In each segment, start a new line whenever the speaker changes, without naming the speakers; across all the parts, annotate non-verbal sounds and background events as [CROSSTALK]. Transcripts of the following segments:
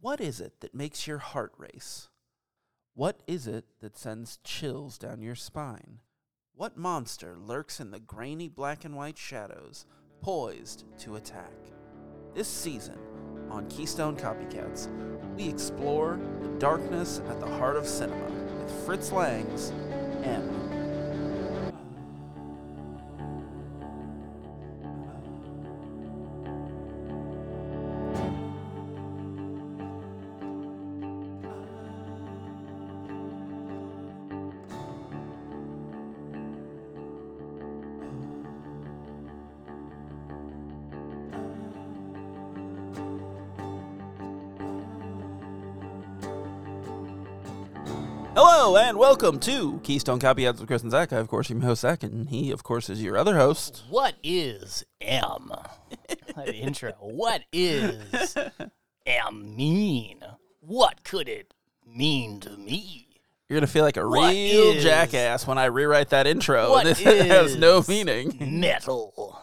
What is it that makes your heart race? What is it that sends chills down your spine? What monster lurks in the grainy black and white shadows, poised to attack? This season, on Keystone Copycats, we explore the darkness at the heart of cinema with Fritz Lang's M. Hello and welcome to Keystone Copycats with Chris and Zach. I, of course, am your host Zach, and he, of course, is your other host.
What is M? That intro. [LAUGHS] What is M mean? What could it mean to me?
You're gonna feel like a
What
real
is-
jackass when I rewrite that intro. [LAUGHS]
What
Oh, this has no
is-
meaning.
[LAUGHS] Metal.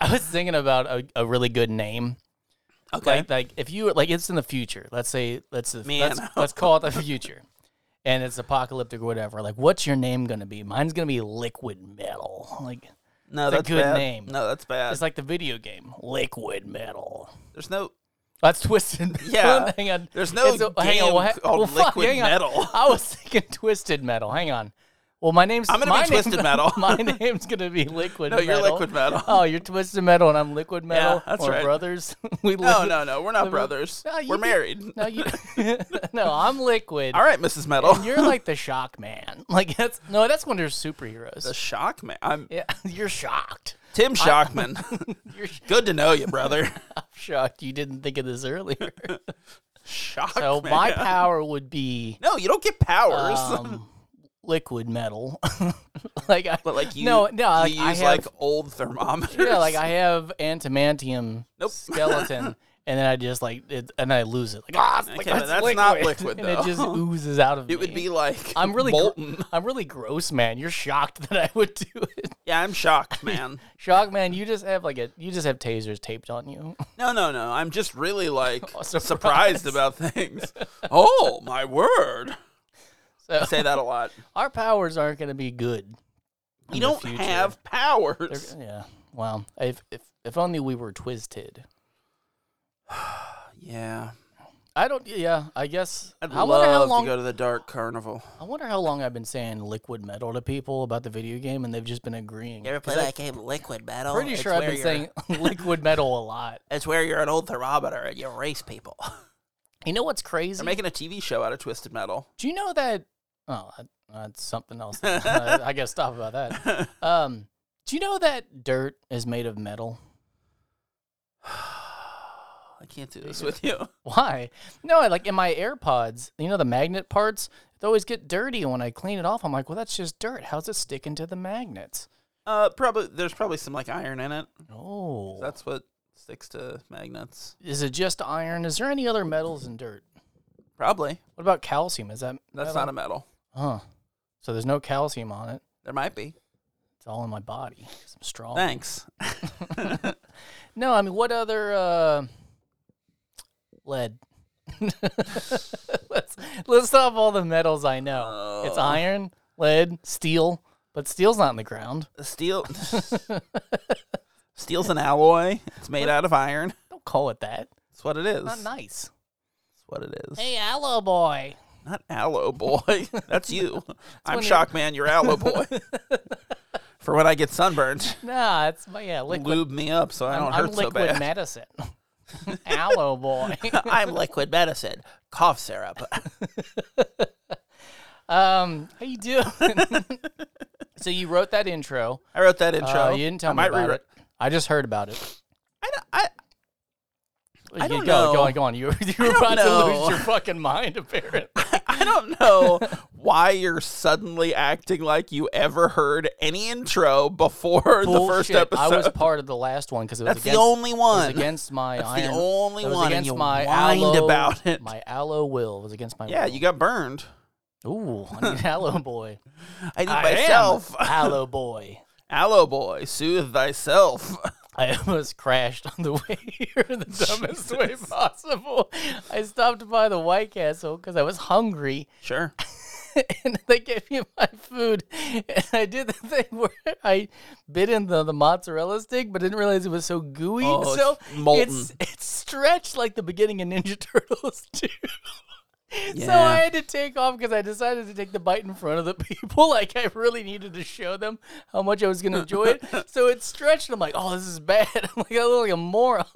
I was thinking about a, a really good name.
Okay.
Like like if you like it's in the future. Let's say let's
Man,
let's,
I
let's call it the future. And it's apocalyptic or whatever. Like what's your name gonna be? Mine's gonna be liquid metal. Like
no,
it's a
that's
good
bad.
name.
No, that's bad.
it's like the video game. Liquid metal.
there's
[LAUGHS]
no.
That's twisted. [LAUGHS] Metal.
Yeah.
hang on.
There's no
hang
game
on. Well, he-
called
well, fuck,
Liquid
hang on.
Metal.
I was thinking twisted metal. Hang on. Well, my name's
I'm gonna be
my name-
Twisted Metal.
[LAUGHS] my name's gonna be
[LAUGHS]
liquid.
No,
metal.
you're Liquid Metal.
Oh, you're twisted metal, and I'm liquid metal.
that's
We're
right.
Brothers. [LAUGHS] we
No,
live-
no, no. We're not
Liquid-
brothers.
No, you
we're
can-
married.
No, you. [LAUGHS] no, I'm
[LAUGHS]
liquid.
All right, Mrs. Metal.
You're like the shock man. [LAUGHS] Like that's no, that's when there's
[LAUGHS]
superheroes.
the Shockman. I'm
yeah, [LAUGHS] you're shocked.
Tim
[LAUGHS]
Shockman. [LAUGHS]
You're sh-
good to know you,
[LAUGHS]
brother. [LAUGHS]
shocked. You didn't think of this earlier.
Shockman.
So
[LAUGHS]
my power would be
No, you don't get powers.
um, liquid metal. [LAUGHS] like I,
[LAUGHS] but like you,
no, no, like,
you
I
use
have,
like old thermometers.
yeah, like I have antimantium
Nope. [LAUGHS]
skeleton, and then I just like it, and I lose it. Like ah, it's- like,
Okay, but
it's
that's not liquid,
[LAUGHS] and it just
though.
oozes out of me.
[LAUGHS] It would be like
I'm really gr-
molten.
I'm really gross, man. You're shocked [LAUGHS] that I would do it.
yeah, I'm
[LAUGHS]
shocked, man.
Shock, man. You just have like a you just have tasers taped on you. [LAUGHS]
No, no, no. I'm just really like
surprised.
surprised about things. oh my word! I
So
say that a lot.
our powers aren't going to be good. [LAUGHS]
You
in the
don't
future.
have powers.
They're- yeah. Well, if if if only we were twisted.
Yeah,
I don't. Yeah, I guess.
I'd
I wonder how
love
long.
to go to the dark carnival.
I wonder how long I've been saying liquid metal to people about the video game, and they've just been agreeing.
play that game, Liquid Metal?
Pretty sure I've been saying [LAUGHS] liquid metal a lot.
it's where you're an old thermometer and you race
[LAUGHS]
people.
You know what's crazy?
They're making a TV show out of Twisted Metal.
Do you know that? Oh, that- that's
[LAUGHS]
something else. I, I gotta stop about that. Um, do you know that dirt is made of metal? [LAUGHS]
I can't do this with you.
Why? No, I- like in my AirPods, you know the magnet parts. They always get dirty and when I clean it off. I'm like, well, that's just dirt. How's it sticking to the magnets?
Uh, probably there's probably some like iron in it.
Oh,
That's what sticks to magnets.
is it just iron? Is there any other metals in dirt?
Probably.
What about calcium? Is that
That's not a metal.
a huh? So there's no calcium on it.
There might be.
It's all in my body. 'cause I'm strong.
Thanks.
No, I mean, what other uh, lead? [LAUGHS] let's list off all the metals I know.
Oh.
It's iron, lead, steel, but steel's not in the ground. [LAUGHS]
Steel. Steel's an alloy. It's made out of iron.
Don't call it that.
That's what it is.
Not nice.
That's what it is.
Hey, aloe boy.
Not aloe boy. [LAUGHS] That's you. I'm
when you-
shocked, man. You're aloe
[LAUGHS]
boy. For when I get sunburned,
Nah, it's my yeah, [LAUGHS] liquid.
lube me up so I don't
I'm
hurt so
liquid
bad.
medicine. [LAUGHS] aloe boy.
[LAUGHS] I'm liquid medicine. Cough syrup. [LAUGHS]
Um, how you doing? [LAUGHS] so you wrote that intro.
I wrote that intro.
Uh, you didn't tell
I
me
might
about
rewri-
it. I just heard about it.
I, don't- I, I don't
go, Go
know.
on, go on. You, [LAUGHS] you were
don't
about to
know.
lose your fucking
[LAUGHS]
mind, apparently.
I don't
[LAUGHS]
know why you're suddenly acting like you ever heard any intro before the first
Bullshit.
episode.
I was [LAUGHS] part of the last one because it was
That's
against,
the only
it was
one.
against my
That's the
iron.
only
it was
one, and
against
you
my
whined
aloe,
about it.
My aloe will was against my
yeah,
will.
you got burned.
Ooh,
[LAUGHS]
I need aloe boy.
I need
I am
myself. [LAUGHS]
aloe boy.
Aloe boy, soothe thyself. [LAUGHS]
I almost crashed on the [LAUGHS] way here in the dumbest way possible. I stopped by the White Castle because I was hungry
Sure.
[LAUGHS] and they gave me my food. And I did the thing [LAUGHS] where I bit into the mozzarella stick, but didn't realize it was so gooey.
Oh, it's
so
molten.
It's, it's stretched like the beginning of Ninja [LAUGHS] Turtles too. [LAUGHS] So
Yeah.
I had to take off because I decided to take the bite in front of the [LAUGHS] people. Like I really needed to show them how much I was going to enjoy it. So it stretched. I'm like, oh, this is bad. [LAUGHS] I'm like, I look like a moron. [LAUGHS]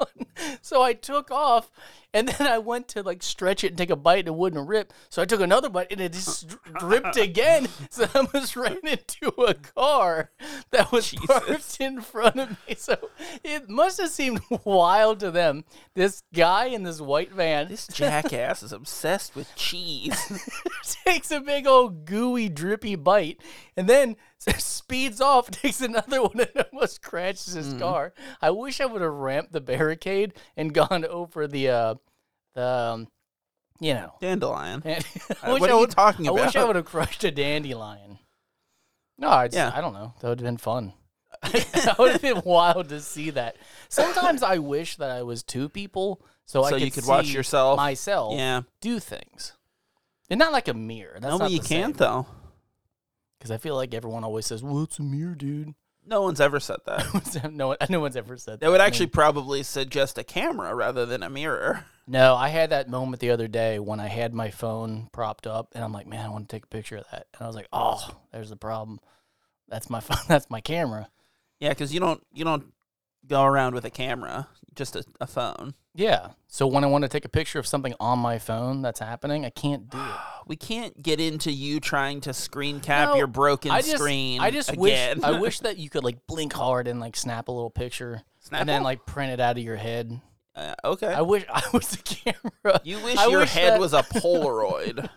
So I took off, and then I went to like stretch it and take a bite, and it wouldn't rip. So I took another bite, and it just dr- dripped again. [LAUGHS] So I almost ran into a car that was [LAUGHS] parked in front of me. So it must have seemed [LAUGHS] wild to them. This guy in this white van
This jackass is obsessed with cheese. [LAUGHS]
[LAUGHS] takes a big old gooey drippy bite and then [LAUGHS] speeds off [LAUGHS] takes another one and almost crashes his
Mm-hmm.
car i wish i would have ramped the barricade and [LAUGHS] gone over the uh the um, you know [LAUGHS]
Dandelion.
and
Uh, what are you talking
i wish i
about?
would have crushed a dandelion no i
Yeah.
i don't know that would have
[LAUGHS]
been fun [LAUGHS] that would have been wild to see that sometimes i wish that i was two people so, I
So
could
you could watch
see
yourself.
myself
[LAUGHS] Yeah.
do things. And not like a mirror. That's
No, but you can't though.
Because I feel like everyone always says, well, it's a mirror, dude. [LAUGHS]
No one's ever said that.
no, one, no one's ever said that.
That would
I mean,
actually probably suggest a camera rather than a mirror. [LAUGHS]
no, I had that moment the other day when I had my phone propped up and I'm like, man, I want to take a picture of that. And I was like, oh, there's the problem. That's my [LAUGHS] phone. That's my camera.
Yeah, because you don't you don't go around with a camera, just a, a phone.
Yeah. So when I want to take a picture of something on my phone that's happening, I can't do it.
We can't get into you trying to screen cap
No,
your broken
I just,
screen.
I just
again. [LAUGHS]
wish, I wish that you could like blink hard and like snap a little picture and then
Snapple?
like print it out of your head.
Uh, okay.
I wish I was the camera.
you wish
I
your
wish
head
that- [LAUGHS]
was a Polaroid.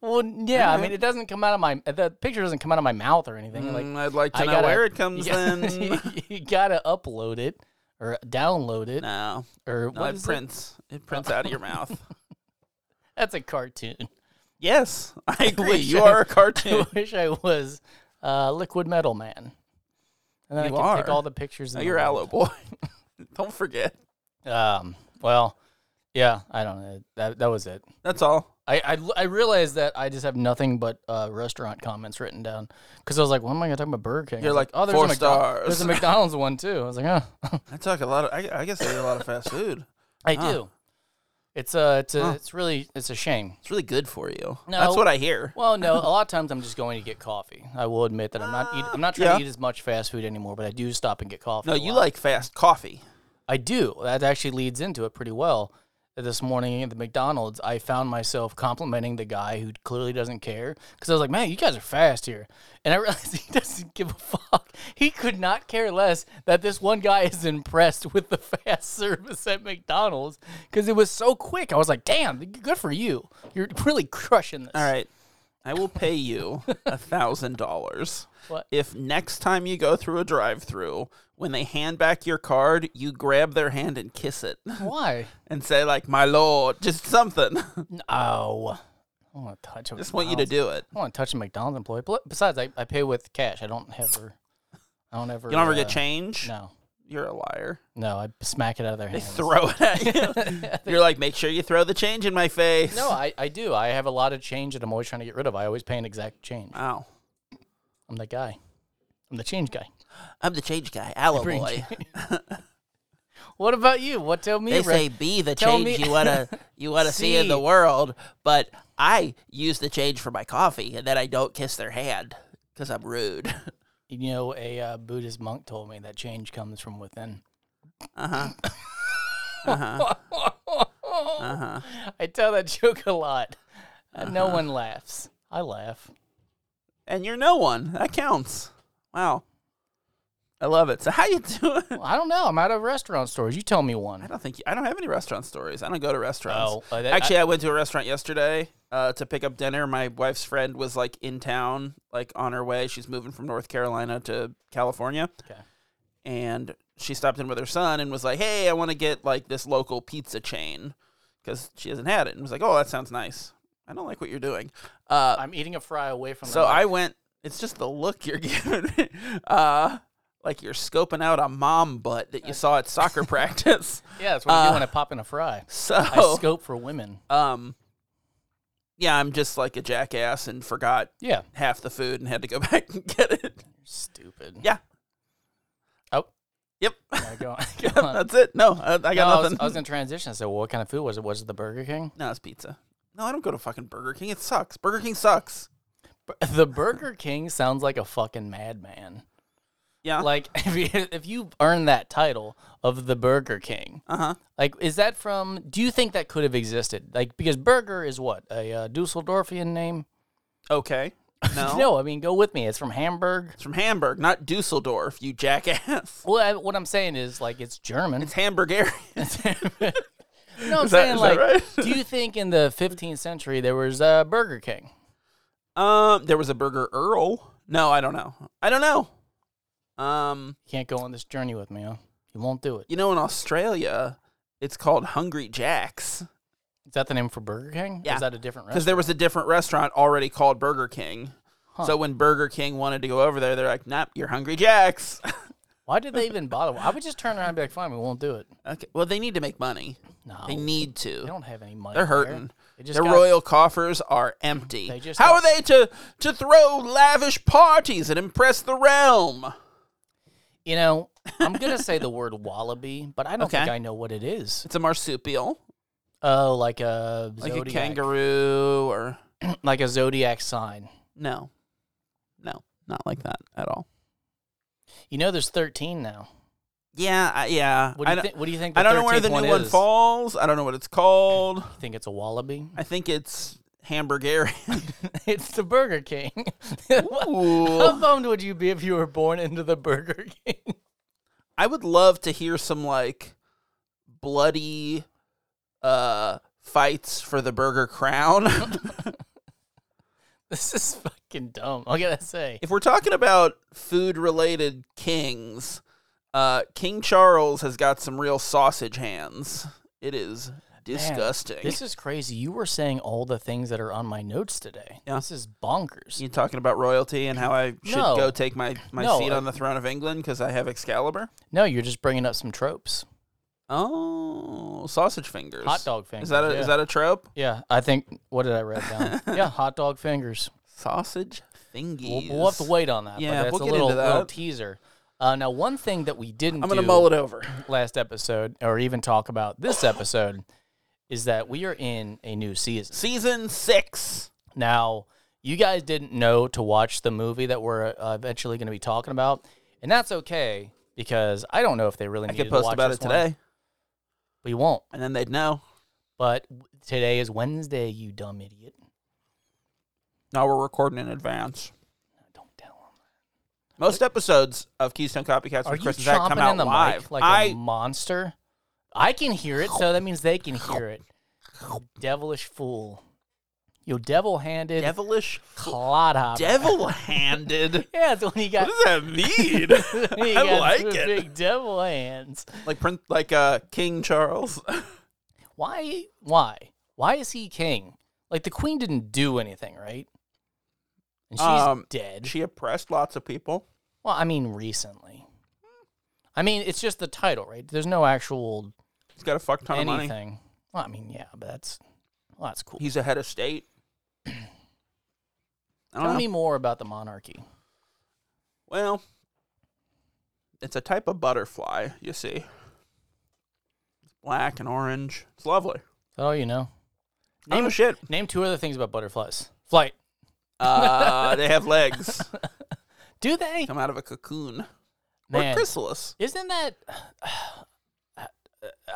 Well, yeah. I
Alright.
mean, it doesn't come out of my the picture doesn't come out of my mouth or anything. like
Mm, I'd like to
I
know
gotta-
where
[LAUGHS]
it comes
you gotta,
in.
[LAUGHS] you gotta upload it or download it
no,
or
no
what
it
is it? Oh.
prints. It prints out of your
[LAUGHS]
mouth.
That's
[LAUGHS]
a cartoon. [LAUGHS]
Yes, I agree.
Pretty
You
sure.
are
[LAUGHS]
a cartoon.
I wish I was uh, Liquid Metal Man. And then
You
I can take
are.
all the pictures. in
No,
the
you're Aloe
world. [LAUGHS]
Boy. don't forget.
Um. Well, yeah. I don't know. That that was it.
That's all.
I, I, I realized that I just have nothing but uh, restaurant comments written down because I was like, when am I gonna talk about Burger King? I
You're
was
like, four
a McDo-
stars.
There's a [LAUGHS] McDonald's one too. I was like, oh,
I talk a lot. Of, I, I guess I eat a lot of fast food.
[LAUGHS] I
Huh.
do. It's a it's a
Huh.
it's really it's a shame.
It's really good for you.
No.
That's what I hear.
Well, no, a lot of times I'm just going to get coffee. I will admit that I'm not eat, I'm not trying
yeah.
to eat as much fast food anymore, but I do stop and get coffee.
No,
a
you
lot.
like fast coffee.
I do. That actually leads into it pretty well. This morning at the McDonald's, I found myself complimenting the guy who clearly doesn't care because I was like, "Man, you guys are fast here," and I [LAUGHS] realized he doesn't give a fuck. He could not care less that this one guy is impressed with the [LAUGHS] fast service at McDonald's because it was so quick. I was like, "Damn, good for you! You're really [LAUGHS] crushing this."
All right. I will pay you
[LAUGHS]
a thousand dollars
What?
if next time you go through a drive-through, when they hand back your card, you grab their hand and kiss it [LAUGHS]
Why?
and say like, "My lord," just something. [LAUGHS]
No, oh. I don't want to touch. a
just want you to
McDonald's.
do it.
I don't want to touch a McDonald's employee. Pl- Besides, I, I pay with cash. I don't ever. I don't ever.
You don't ever
uh,
get change.
No,
You're a
[LAUGHS]
liar. [LAUGHS]
no. I smack it out of their
They
hands.
throw it
[LAUGHS]
at you. You're like, make sure you throw the change in my face. [LAUGHS]
no, I, I do. I have a lot of change that I'm always trying to get rid of. I always pay an exact change.
Wow.
I'm the guy. I'm the change guy.
I'm the change guy, Aloe
Bring
Boy.
What about you? What tell me?
They
Rick?
say be the
Tell
change
me-
you [LAUGHS] wanna you wanna see. in the
See.
world, but I use the change for my coffee and then I don't kiss their hand because I'm rude.
you know a uh, Buddhist monk told me that change comes from within. [LAUGHS]
Uh-huh.
I tell that joke a lot. Uh, No one laughs. I laugh.
And you're no one. That counts. Wow. I love it. So how you [LAUGHS] doing?
Well, I don't know. I'm out of restaurant stores. You tell me one.
I don't think I don't have any restaurant stories. I don't go to restaurants.
Oh, uh, that-
Actually, I, went to a restaurant yesterday uh, to pick up dinner. My wife's friend was like in town, like on her way. She's moving from North Carolina to California.
Okay.
and she stopped in with her son and was like, "Hey, I want to get like this local pizza chain because she hasn't had it." And was like, "Oh, that sounds nice. I don't like what you're doing." Uh,
I'm eating a fry away
[LAUGHS]
from.
so I went. It's just the look you're giving. me. uh, like you're scoping out a mom butt that you saw at soccer [LAUGHS] practice.
Yeah, that's what I do when I pop in a fry. I
Uh, So,
scope for women.
um, yeah, I'm just like a jackass and forgot
Yeah.
half the food and had to go [LAUGHS] back and get it.
Stupid. [LAUGHS]
Yeah.
Oh.
Yep. [LAUGHS]
Yeah, go on.
Yeah,
Go on.
that's it. No, I, I got
No, I was-
nothing.
I was, in transition. I said, well, what kind of food was it? Was it the Burger King?
no, it's pizza. No, I don't go to fucking Burger King. It sucks. Burger King sucks.
Bur- The Burger King sounds like a fucking madman.
Yeah.
Like, [LAUGHS] if you, if you earn that title of the Burger King,
uh huh.
like, is that from, do you think that could have existed? Like, because Burger is what? A uh, Dusseldorfian name? [LAUGHS]
Okay. No.
No, I mean, go with me. It's from Hamburg.
It's from Hamburg, not Dusseldorf, you jackass. [LAUGHS]
Well, I, what I'm saying is, like, it's German.
It's Hamburg area.
no, I'm
Is that-
saying,
is
like,
that
do you think in the 15th century there was uh, Burger King?
[LAUGHS] Um, there was a Burger Earl. No, I don't know. I don't know. Um,
You can't go on this journey with me, huh? You won't do it.
you know, in Australia, it's called Hungry Jack's
Is that the name for Burger King? Or
Yeah.
Is that a different
because
restaurant?
there was a different restaurant already called Burger King.
Huh.
So when Burger King wanted to go over there, they're like, "Nah, you're Hungry Jack's." [LAUGHS]
Why did they even bother? I would just turn around and be like, fine, we won't do it.
okay. Well, they need to make money.
No.
They
They,
need to.
don't have any money.
They're
there.
hurting.
They just
Their
got-
royal coffers are empty.
They just
How
got-
are they to to throw lavish parties and impress the realm?
You know, I'm going to say the word wallaby, but I don't think
Okay.
I know what it is.
It's a marsupial,
Oh, like a
like
zodiac.
a kangaroo, or
[CLEARS THROAT] like a zodiac sign.
no, no, not like that at all.
You know, there's 13 now.
Yeah, I, yeah.
What do
I
you,
don't,
think? what do you think? The
I don't know where
13th
the new one,
is?
falls. I don't know what it's called.
You think it's a wallaby?
I think it's Hamburgerian. [LAUGHS]
[LAUGHS] it's the Burger King. [LAUGHS] How
Ooh.
bummed would you be if you were born into the Burger King? [LAUGHS]
I would love to hear some like bloody uh fights for the Burger
[LAUGHS]
Crown.
this is fucking dumb. I gotta say.
if we're talking about food related kings, uh, King Charles has got some real sausage hands. It is disgusting.
This is crazy. You were saying all the things that are on my notes today.
Yeah.
This is bonkers.
you talking about royalty and how I should
No.
go take my, my
No,
seat
uh,
on the throne of England because I have Excalibur?
No, you're just bringing up some tropes.
Oh, sausage fingers.
Hot dog fingers.
Is that a,
yeah.
is that a trope?
Yeah, I think. What did I write down? [LAUGHS] yeah, hot dog fingers.
Sausage fingies.
We'll, we'll have to wait on that.
Yeah,
but that's
we'll
a
get
little,
into that.
little teaser. Uh, now, one thing that we didn't
I'm going to
do
mull it over.
last episode, or even talk about this episode, is that we are in a new season.
Season six.
Now, you guys didn't know to watch the movie that we're uh, eventually going to be talking about, and that's okay because I don't know if they really
I
need to
could post
watch
about
this
it
one.
today,
We won't.
and then they'd know.
But w- today is Wednesday, you dumb idiot.
Now we're recording in advance.
No, Don't tell
Most episodes of Keystone Copycats
them. Are
with
you
Chris and Zach come
chomping
out
in the
live.
mic like
I
a monster? I can hear it, so that means they can
[LAUGHS]
hear it. You Devilish fool. You devil-handed [LAUGHS]
devilish,
clodhopper.
devil-handed.
yeah, it's when
[LAUGHS]
you
what
got,
does
[LAUGHS]
that mean?
when you
[LAUGHS] I
got
like
two
it.
big devil hands.
like print, like uh, King Charles.
Why? Why? Why is he king? Like the queen didn't do anything, right? And she's
Um,
dead.
she oppressed lots of people.
Well, I mean, recently. I mean, it's just the title, right? There's no actual
He's got a fuck ton of money.
anything. Well, I mean, yeah, but that's well, that's cool.
He's a head of state. I don't
Tell
know.
me more about the monarchy.
well, it's a type of butterfly. You see, it's black and orange. It's lovely.
Oh, you know,
I don't give a
[LAUGHS]
shit.
name two other things about butterflies. Flight.
Uh, they have legs.
Do they?
Come out of a cocoon or
Man,
chrysalis.
isn't that? [SIGHS]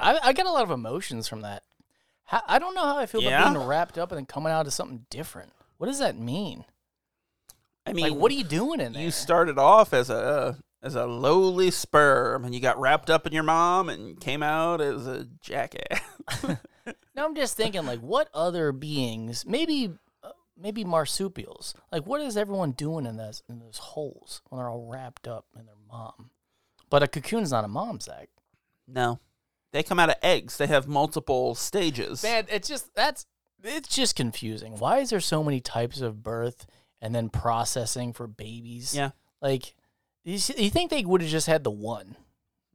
I, I get a lot of emotions from that. How, I don't know how I feel
Yeah?
about being wrapped up and then coming out as something different. What does that mean?
I mean,
Like, what are you doing in there?
you started off as a as a lowly sperm and you got wrapped up in your mom and came out as a
[LAUGHS]
jackass.
No, I'm just thinking, like, what other beings? Maybe, uh, maybe marsupials. Like, what is everyone doing in those in those holes when they're all wrapped up in their mom? But a cocoon's not a mom's egg.
No. They come out of eggs. They have multiple stages.
Man, it's just that's it's just confusing. Why is there so many types of birth and then processing for babies?
Yeah.
like You, s- you think they would have just had the one?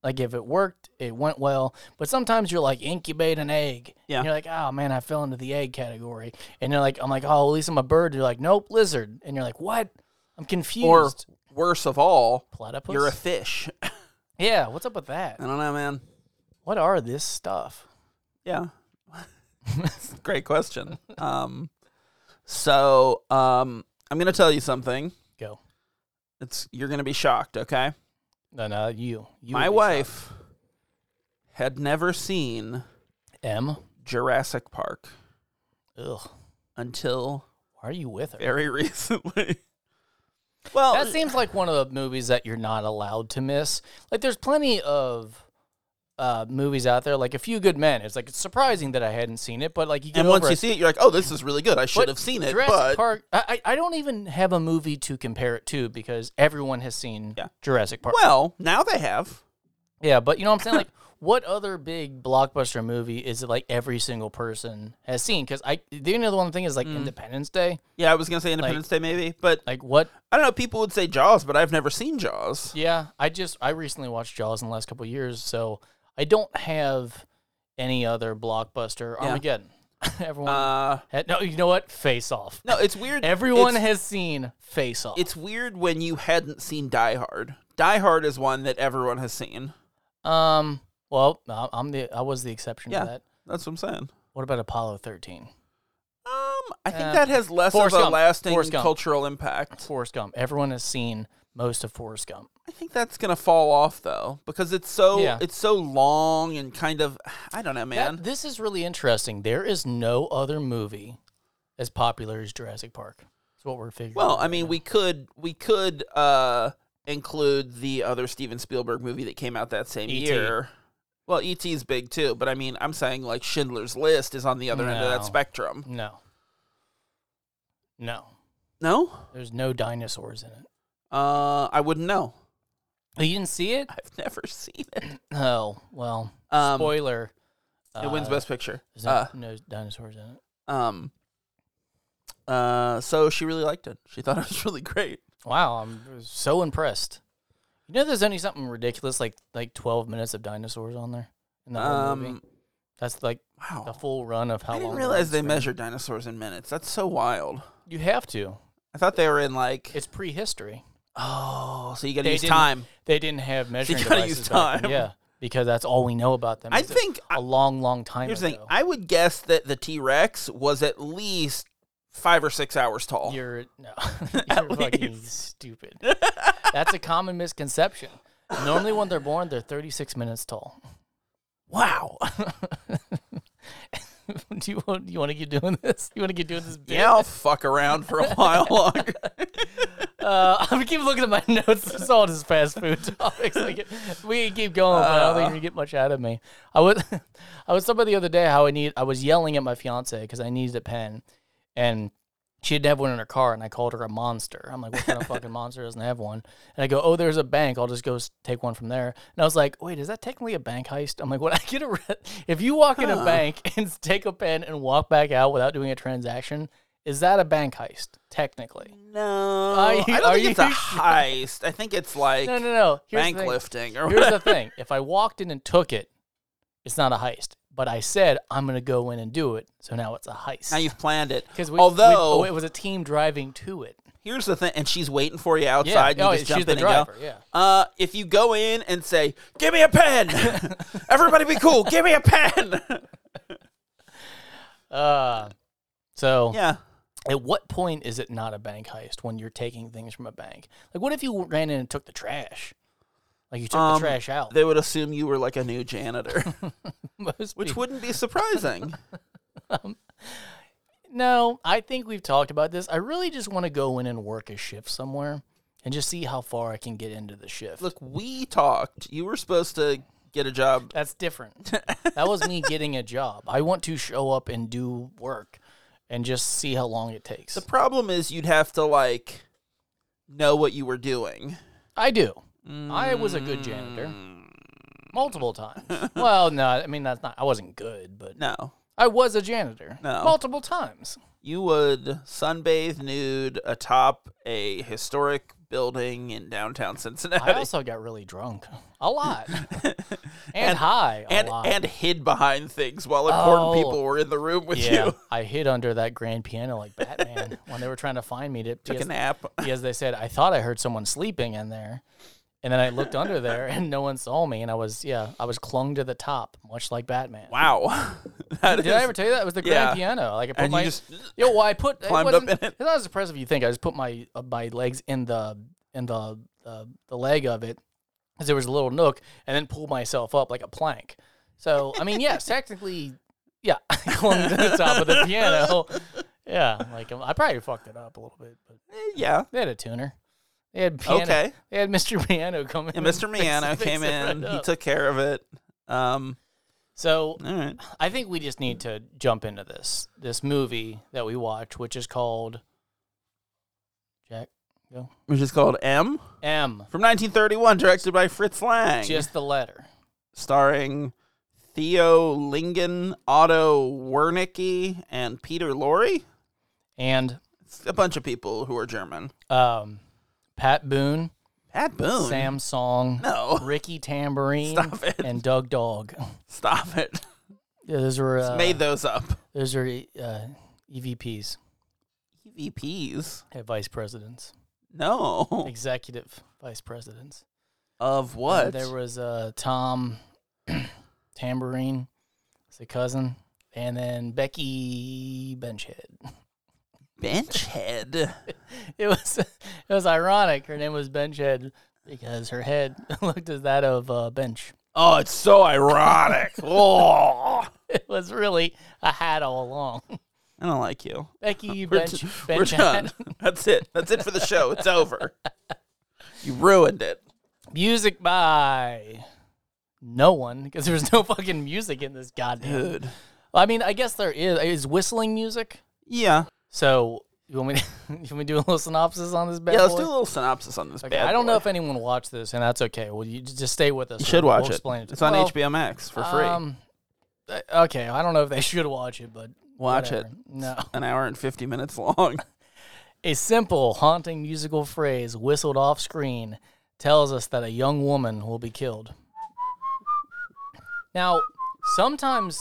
Like if it worked, it went well. But sometimes you're like incubate an egg.
Yeah.
And you're like, oh man, I fell into the egg category. And you're like, I'm like, oh, at least I'm a bird. You're like, nope, lizard. And you're like, what? I'm confused.
Or worse of all,
platypus.
you're a fish. I
yeah. What's up with that?
don't know, man.
What are this stuff?
Yeah. [LAUGHS] Great question. Um, so um, I'm going to tell you something.
Go.
It's you're going to be shocked, okay?
No, no, you. you
My
would be
wife had never seen
shocked. M.
Jurassic Park
Ugh.
until
Why are you with her?
very [LAUGHS] recently. Well,
That seems like one of the movies that you're not allowed to miss. Like, there's plenty of uh, movies out there, like A Few Good Men. It's like it's surprising that I hadn't seen it, but like you get
and
over
once you
it.
see it, you're like, "Oh, this is really good. I should
But
have seen it."
Jurassic
but
Park. I, I I don't even have a movie to compare it to because everyone has seen
Yeah.
Jurassic Park.
well, now they have.
yeah, but you know what I'm saying?
[LAUGHS]
Like, what other big blockbuster movie is it like every single person has seen? Because I the only other one thing is
Mm.
like Independence Day.
Yeah, I was gonna say Independence Day, maybe, but
Like what?
I don't know. People would say Jaws, but I've never seen Jaws.
Yeah, I just I recently watched Jaws in the last couple of years, so I don't have any other blockbuster
Yeah.
Armageddon. [LAUGHS] Everyone
Uh,
had, no, you know what? Face Off.
no, it's weird.
Everyone
it's,
has seen Face Off.
it's weird when you hadn't seen Die Hard. Die Hard is one that everyone has seen.
Um, well, I- I'm the I was the exception
Yeah.
to that.
That's what I'm saying.
What about Apollo 13?
Um, I think
Uh,
that has less of
Forrest
a
Gump.
lasting
Forrest Gump.
cultural impact.
Forrest Gump. Everyone has seen most of Forrest Gump.
I think that's gonna fall off though because it's so
Yeah.
it's so long and kind of I don't know,
That-
man.
[LAUGHS] this is really interesting. There is no other movie as popular as Jurassic Park. That's what we're figuring.
well,
out
I
right
mean,
now.
we could we could uh include the other Steven Spielberg movie that came out that same
E.T..
year. Well, ET's big too, but I mean, I'm saying like Schindler's List is on the other end of that
No.
spectrum.
no. No.
No,
There's no dinosaurs in it.
uh, I wouldn't know.
Oh, you didn't see it?
I've never [LAUGHS] seen it.
Oh, well.
Um,
spoiler.
It wins
uh,
Best Picture.
There's no,
Uh,
no dinosaurs in it.
um, uh, so she really liked it. She [LAUGHS] thought it was really great.
Wow, I'm so impressed. You know, there's only something ridiculous like like 12 minutes of dinosaurs on there in the whole movie.
Um,
That's like
wow.
the full run of
I
how long.
didn't
the
realize
runs
they
ran.
measure dinosaurs in minutes. That's so wild.
You have to.
I thought they were in like
It's prehistory.
oh, so you got to
They
use
didn't-
time.
They didn't
[LAUGHS]
have measuring
gotta use
devices. back then,
time.
Yeah, because that's all we know about them.
I
is that
think I-
a long, long time
here's the
ago.
thing. I would guess that the T Rex was at least five or six hours tall.
You're [LAUGHS] no, you're fucking stupid. That's a common misconception. Normally, when they're born, they're 36 minutes tall. [LAUGHS]
wow. [LAUGHS]
do you want you want to keep doing this? You want to keep doing this? Bit?
Yeah, I'll fuck around
[LAUGHS]
for a while longer.
Uh, [LAUGHS] I keep looking at my notes. It's all just fast food [LAUGHS] topics. Like it- we can keep going, but I don't think you're gonna get much out of me. I was, [LAUGHS] I was somebody the other day how I need. I was yelling at my fiance because I needed a pen, and she didn't have one in her car, and I called her a monster. I'm like, what kind of fucking monster doesn't have one? And I go, oh, there's a bank. I'll just go s- take one from there. And I was like, wait, is that technically a bank heist? I'm like, would I get arrested [LAUGHS] if you walk in a bank [LAUGHS] and take a pen and walk back out without doing a transaction? Is that a bank heist technically?
No,
Are you-
I don't
are
think it's a
[LAUGHS] you sure?
heist. I think it's like
No, no, no. Here's
bank
the thing.
lifting or
Here's
whatever.
the
[LAUGHS]
thing. If I walked in and took it, it's not a heist. But I said I'm gonna go in and do it, so now it's a heist.
Now you've planned it.
Because
Although
oh, it was a team driving to it.
here's the thing, and she's waiting for you
Yeah.
outside. and you
oh,
just jump
she's the
in and go.
driver. Yeah.
Uh, if you go in and say, "Give me a pen,"
[LAUGHS]
everybody be cool. Give me a pen.
Uh, so
yeah,
at what point is it not a bank heist when you're taking things from a bank? Like, what if you ran in and took the trash? Like you took
Um,
the trash out. [LAUGHS]
they would assume you were like a new janitor, [LAUGHS]
Most
which
people-
wouldn't be surprising.
No, I think we've talked about this. I really just want to go in and work a shift somewhere and just see how far I can get into the shift.
Look, we talked. You were supposed to get a job. [LAUGHS]
That's different. that was me getting a job. I want to show up and do work and just see how long it takes.
The problem is you'd have to like know what you were doing.
I do. I was a good janitor
Mm.
multiple
[LAUGHS]
times. well, no, I mean that's not I wasn't good, but
No,
I was a janitor
No.
multiple times.
you would sunbathe nude atop a historic building in downtown Cincinnati.
I also got really drunk
[LAUGHS]
a lot and, high a
and,
lot.
and hid behind things while important
Oh.
people were in the room with
yeah, [LAUGHS]
you.
I hid under that grand piano like Batman when they were trying to find me. To,
Took
because-
a nap. [LAUGHS]
because they said I thought I heard someone sleeping in there, and then I looked under there and no one saw me, and I was yeah I was clung to the top much like Batman.
Wow. [LAUGHS] That
Did I
is-
ever tell you that it was the
Yeah.
grand piano? Like I put
And you
my
just-
yo, well, I put it
climbed up
wasn't-
in it.
It's not as impressive you think. I just put my uh, my legs in the in the uh, the leg of it because there was a little nook, and then pulled myself up like a plank. So I mean, yes, technically, yeah, [LAUGHS] I clung to the top of the
[LAUGHS]
piano. Yeah, like I probably fucked it up a little bit, but
eh, yeah.
they had a tuner. They had piano.
Okay.
They had Mr. [LAUGHS] Piano come in.
And Mr.
and fix-
Miano
fix
came
it right
in. he
up.
took care of it. Um,
so
all right.
I think we just need to jump into this this movie that we watch, which is called Jack Go
Which is called M
M.
from 1931, directed by Fritz Lang,
Just the letter.
starring Theo Lingen, Otto Wernicke, and Peter Lorre.
And
It's a bunch of people who are German.
um, Pat Boone,
Pat Boone.
Sam Song,
No, [LAUGHS]
Ricky Tambourine,
Stop it.
and Doug Dog.
stop it.
Yeah, those are uh,
Made those up.
those are uh, EVPs,
E EVPs.
uh, vice presidents,
No.
executive vice presidents.
Of
Uh,
what?
There [LAUGHS] was uh, Tom [CLEARS THROAT] Tambourine, it's a cousin, and then Becky Benchhead. [LAUGHS]
Benchhead.
It was it was ironic. Her name was Benchhead because her head [LAUGHS] looked as that of a bench. [LAUGHS]
Oh, it's so [LAUGHS] ironic. oh.
It was really a hat all along. [LAUGHS]
I don't like you. [LAUGHS]
Becky
We're,
Bench
d- we're
Bench
done.
hat.
[LAUGHS] That's it. That's it for the show. It's
[LAUGHS]
over. You ruined it.
Music by no one because there was no [LAUGHS] fucking music in this goddamn.
Dude.
I mean, I guess there is is whistling music.
Yeah.
So you want me to, [LAUGHS] you want me to do a little synopsis on this bad
Yeah, let's
boy?
do a little synopsis on this
Okay,
bad
I don't know
boy.
if anyone watched this, and that's okay. Well, you j- just stay with us.
you should watch
we'll
it.
Explain it.
It's on
well,
HBO Max for free.
Um, uh, okay, I don't know if they [LAUGHS] should watch it, but
watch
whatever.
it.
No,
An hour and 50 minutes long. [LAUGHS]
a simple, haunting musical phrase whistled off screen tells us that a young woman will be killed. Now, sometimes,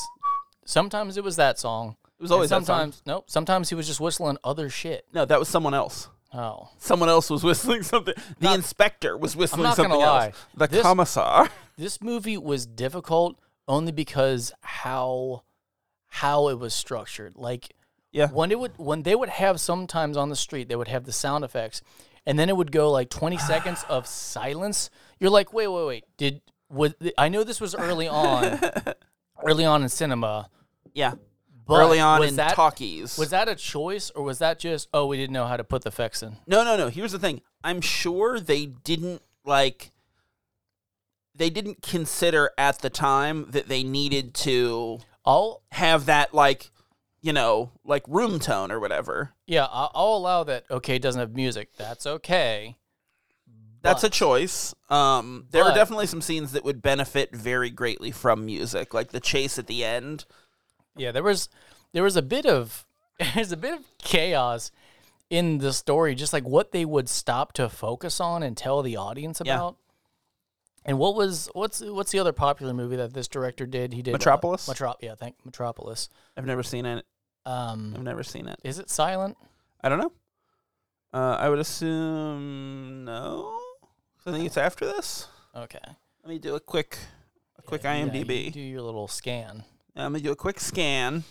sometimes it was that song.
It was always that song.
sometimes. Nope. Sometimes he was just whistling other shit.
No, that was someone else.
Oh.
Someone else was whistling something. The inspector was whistling
not gonna
something
lie.
else. The
This-
commissar.
this movie was difficult only because how how it was structured like
Yeah.
when it would when they would have sometimes on the street they would have the sound effects and then it would go
[SIGHS]
like 20 seconds of silence you're like wait wait wait did was i know this was
[LAUGHS]
early on early on in cinema
Yeah.
but
Early on
was
in
that,
talkies.
was that a choice or was that just oh we didn't know how to put the effects in
No, no, no. Here's the thing. I'm sure they didn't like they didn't consider at the time that they needed to
all
have that like, you know, like room tone or whatever.
yeah I- i'll allow that okay it doesn't have music that's okay
That's a choice. Um there were
But-
definitely some scenes that would benefit very greatly from music, like the chase at the end.
Yeah, there was there was a bit of [LAUGHS] there's a bit of chaos in the story, just like what they would stop to focus on and tell the audience about. And what was what's what's the other popular movie that this director did? He did uh,
Metropolis?
Metrop yeah, thank Metropolis.
I've never seen it. I've
Um,
never seen it.
is it silent?
I don't know. Uh, I would assume no. I think it's after this.
Okay.
Let me do a quick a quick
Yeah, you
IMDb.
do your little scan.
I'm gonna do a quick scan.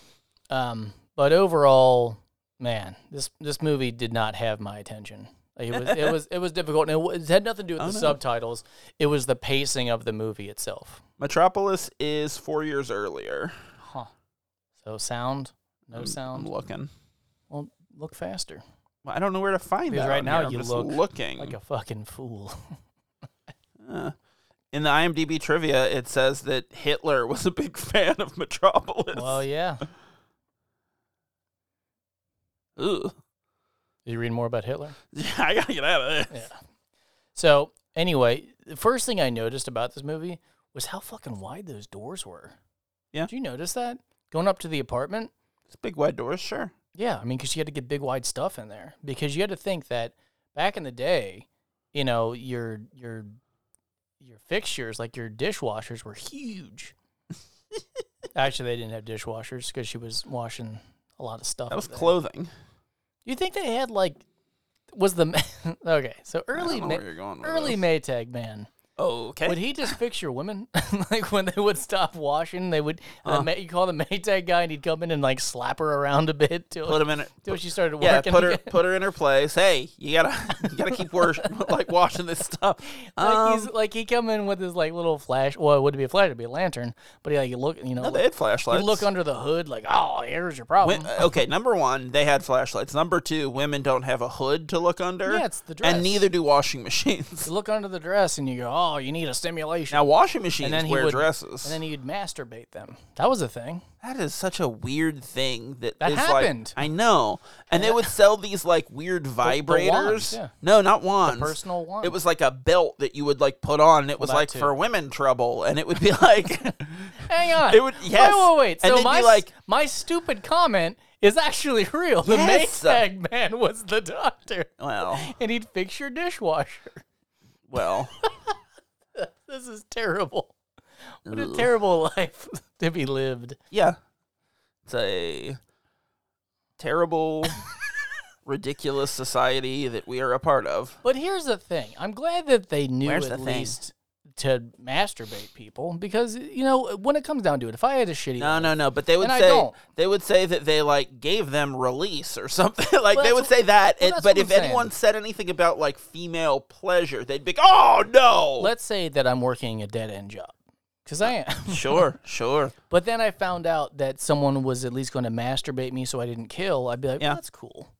Um, but overall, man, this this movie did not have my attention. Like, it was it was it was difficult, and it, wa- it had nothing to do with the
Oh, no.
subtitles. It was the pacing of the movie itself.
Metropolis is four years earlier.
Huh. So sound, no
I'm- I'm
sound.
looking.
Well, look faster,
Well, I don't know where to find
Because
that
right
on
now
here. I'm
you
just
look
looking.
like a fucking
[LAUGHS]
fool.
Uh, in the IMDb trivia, it says that Hitler was a big [LAUGHS] fan of Metropolis.
well, yeah.
Ooh. [LAUGHS]
Did you read more about Hitler?
Yeah, I gotta get out of this.
So anyway, the first thing I noticed about this movie was how fucking wide those doors were.
Yeah.
Did you notice that going up to the apartment?
It's big wide doors, sure.
Yeah, I mean, because you had to get big wide stuff in there because you had to think that back in the day, you know your your your fixtures like your dishwashers
[LAUGHS]
were huge. Actually, they didn't have dishwashers because she was washing a lot of stuff.
That was
up there.
clothing.
You think they had like was the [LAUGHS] okay? So
I
early
don't know
Ma-
where you're going with
early
this.
Maytag man.
Okay.
Would he just fix your women? [LAUGHS] like when they would stop washing, they would
Huh.
the ma you call the Maytag guy and he'd come in and like slap her around a bit till
put him in. Her,
till she started working.
yeah, put her
again.
put her in her place. Hey, you gotta [LAUGHS] you gotta keep
[LAUGHS]
wash, like washing this stuff.
Like,
Um,
he's, like he come in with his like little flash. Well, it wouldn't be a flash; it'd be a lantern. But he like you look, you know,
no, Uh, they had flashlights.
you look under the hood, like oh, here's your problem. [LAUGHS]
Wi- okay, number one, they had flashlights. Number two, women don't have a hood to look under.
Yeah, it's the dress.
And neither do washing machines. [LAUGHS]
you look under the dress and you go, oh, you need a stimulation.
Now, washing machines
then he
wear
would-
dresses.
and then he'd masturbate them. That was a thing.
that is such a weird thing that,
That
is
happened.
Like, I know. And
[LAUGHS]
they would sell these like weird vibrators.
yeah.
No, not wands.
personal wand.
It was like a belt that you would like put on. And it was
that
like
too.
for women trouble. And it would be [LAUGHS]
[LAUGHS]
like,
Hang on.
It would- yes.
Wait, wait, wait.
And
So
they'd be
my s-
like-
my stupid comment is actually real. The
Yes.
Maytag [LAUGHS] man was the doctor,
well,
and he'd fix your dishwasher. [LAUGHS]
well.
This is terrible. What a terrible [LAUGHS] life to be lived.
Yeah. It's a [LAUGHS] terrible, ridiculous society that we are a part of.
But here's the thing. I'm glad that they knew
Where's the
at
thing?
least to masturbate people because you know when it comes down to it, if I had a shitty
No, no, no. But they would
And I
say
don't.
they would say that they like gave them release or something. [LAUGHS] like they
that's
would
wh-
say that.
well,
and-
that's
but
what I'm
if
saying.
anyone said anything about like female pleasure, they'd be like, "Oh no."
let's say that I'm working a dead end job because I
[LAUGHS]
am. [LAUGHS]
sure, sure.
But then I found out that someone was at least going to masturbate me so I didn't kill. I'd be like,
Yeah.
well, that's cool.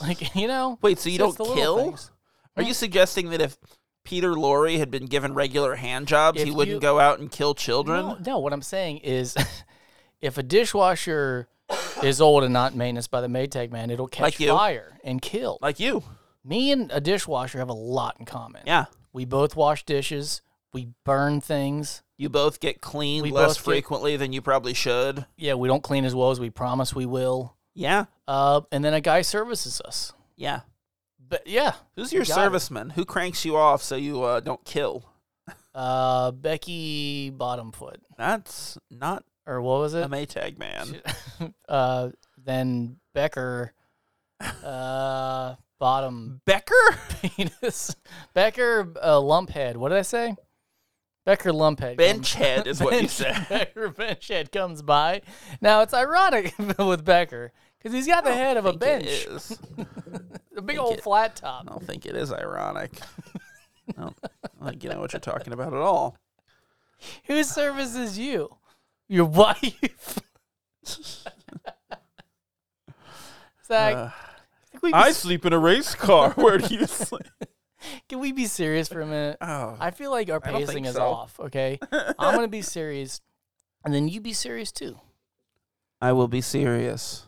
Like, [LAUGHS] you know?
Wait, so you
it's
don't
the little
kill?
things.
Are you suggesting that if Peter Lorre had been given regular hand jobs, he
If
wouldn't
you-
go out and kill children?
No, no, what I'm saying is [LAUGHS] if a dishwasher is old and not maintained by the Maytag man, it'll catch
Like you.
fire and kill.
Like you.
me and a dishwasher have a lot in common.
Yeah.
We both wash dishes, we burn things.
You both get cleaned
We
less
both get-
frequently than you probably should.
Yeah, we don't clean as well as we promise we will.
Yeah.
Uh, and then a guy services us.
Yeah.
But yeah,
Who's your
got it.
serviceman? Who cranks you off so you uh, don't kill?
uh, Becky Bottomfoot.
That's not
or what was
a
[LAUGHS] it?
Maytag man.
Uh, then Becker, uh, bottom
Becker?
penis. [LAUGHS] Becker uh, lumphead. What did I say? Becker lumphead. comes-
[LAUGHS] Benchhead is what
[LAUGHS]
you [LAUGHS]
Bench-
said.
Becker benchhead comes by. Now it's ironic [LAUGHS] with Becker because he's got the head of a
Think
bench,
It [LAUGHS] is.
a big
think
old
it-
flat
I [LAUGHS]
top.
don't think it is ironic. [LAUGHS] I don't think you know what you're talking about at all.
Who services you?
[LAUGHS]
Your wife. [LAUGHS] Zach,
Uh,
can, we be,
sleep in a race car. [LAUGHS] Where do you sleep?
can we be serious for a minute?
Oh,
I feel like our
I don't think
pacing is
so.
off.
[LAUGHS]
Okay, I'm gonna be serious, and then you be serious too. [LAUGHS]
I will be serious.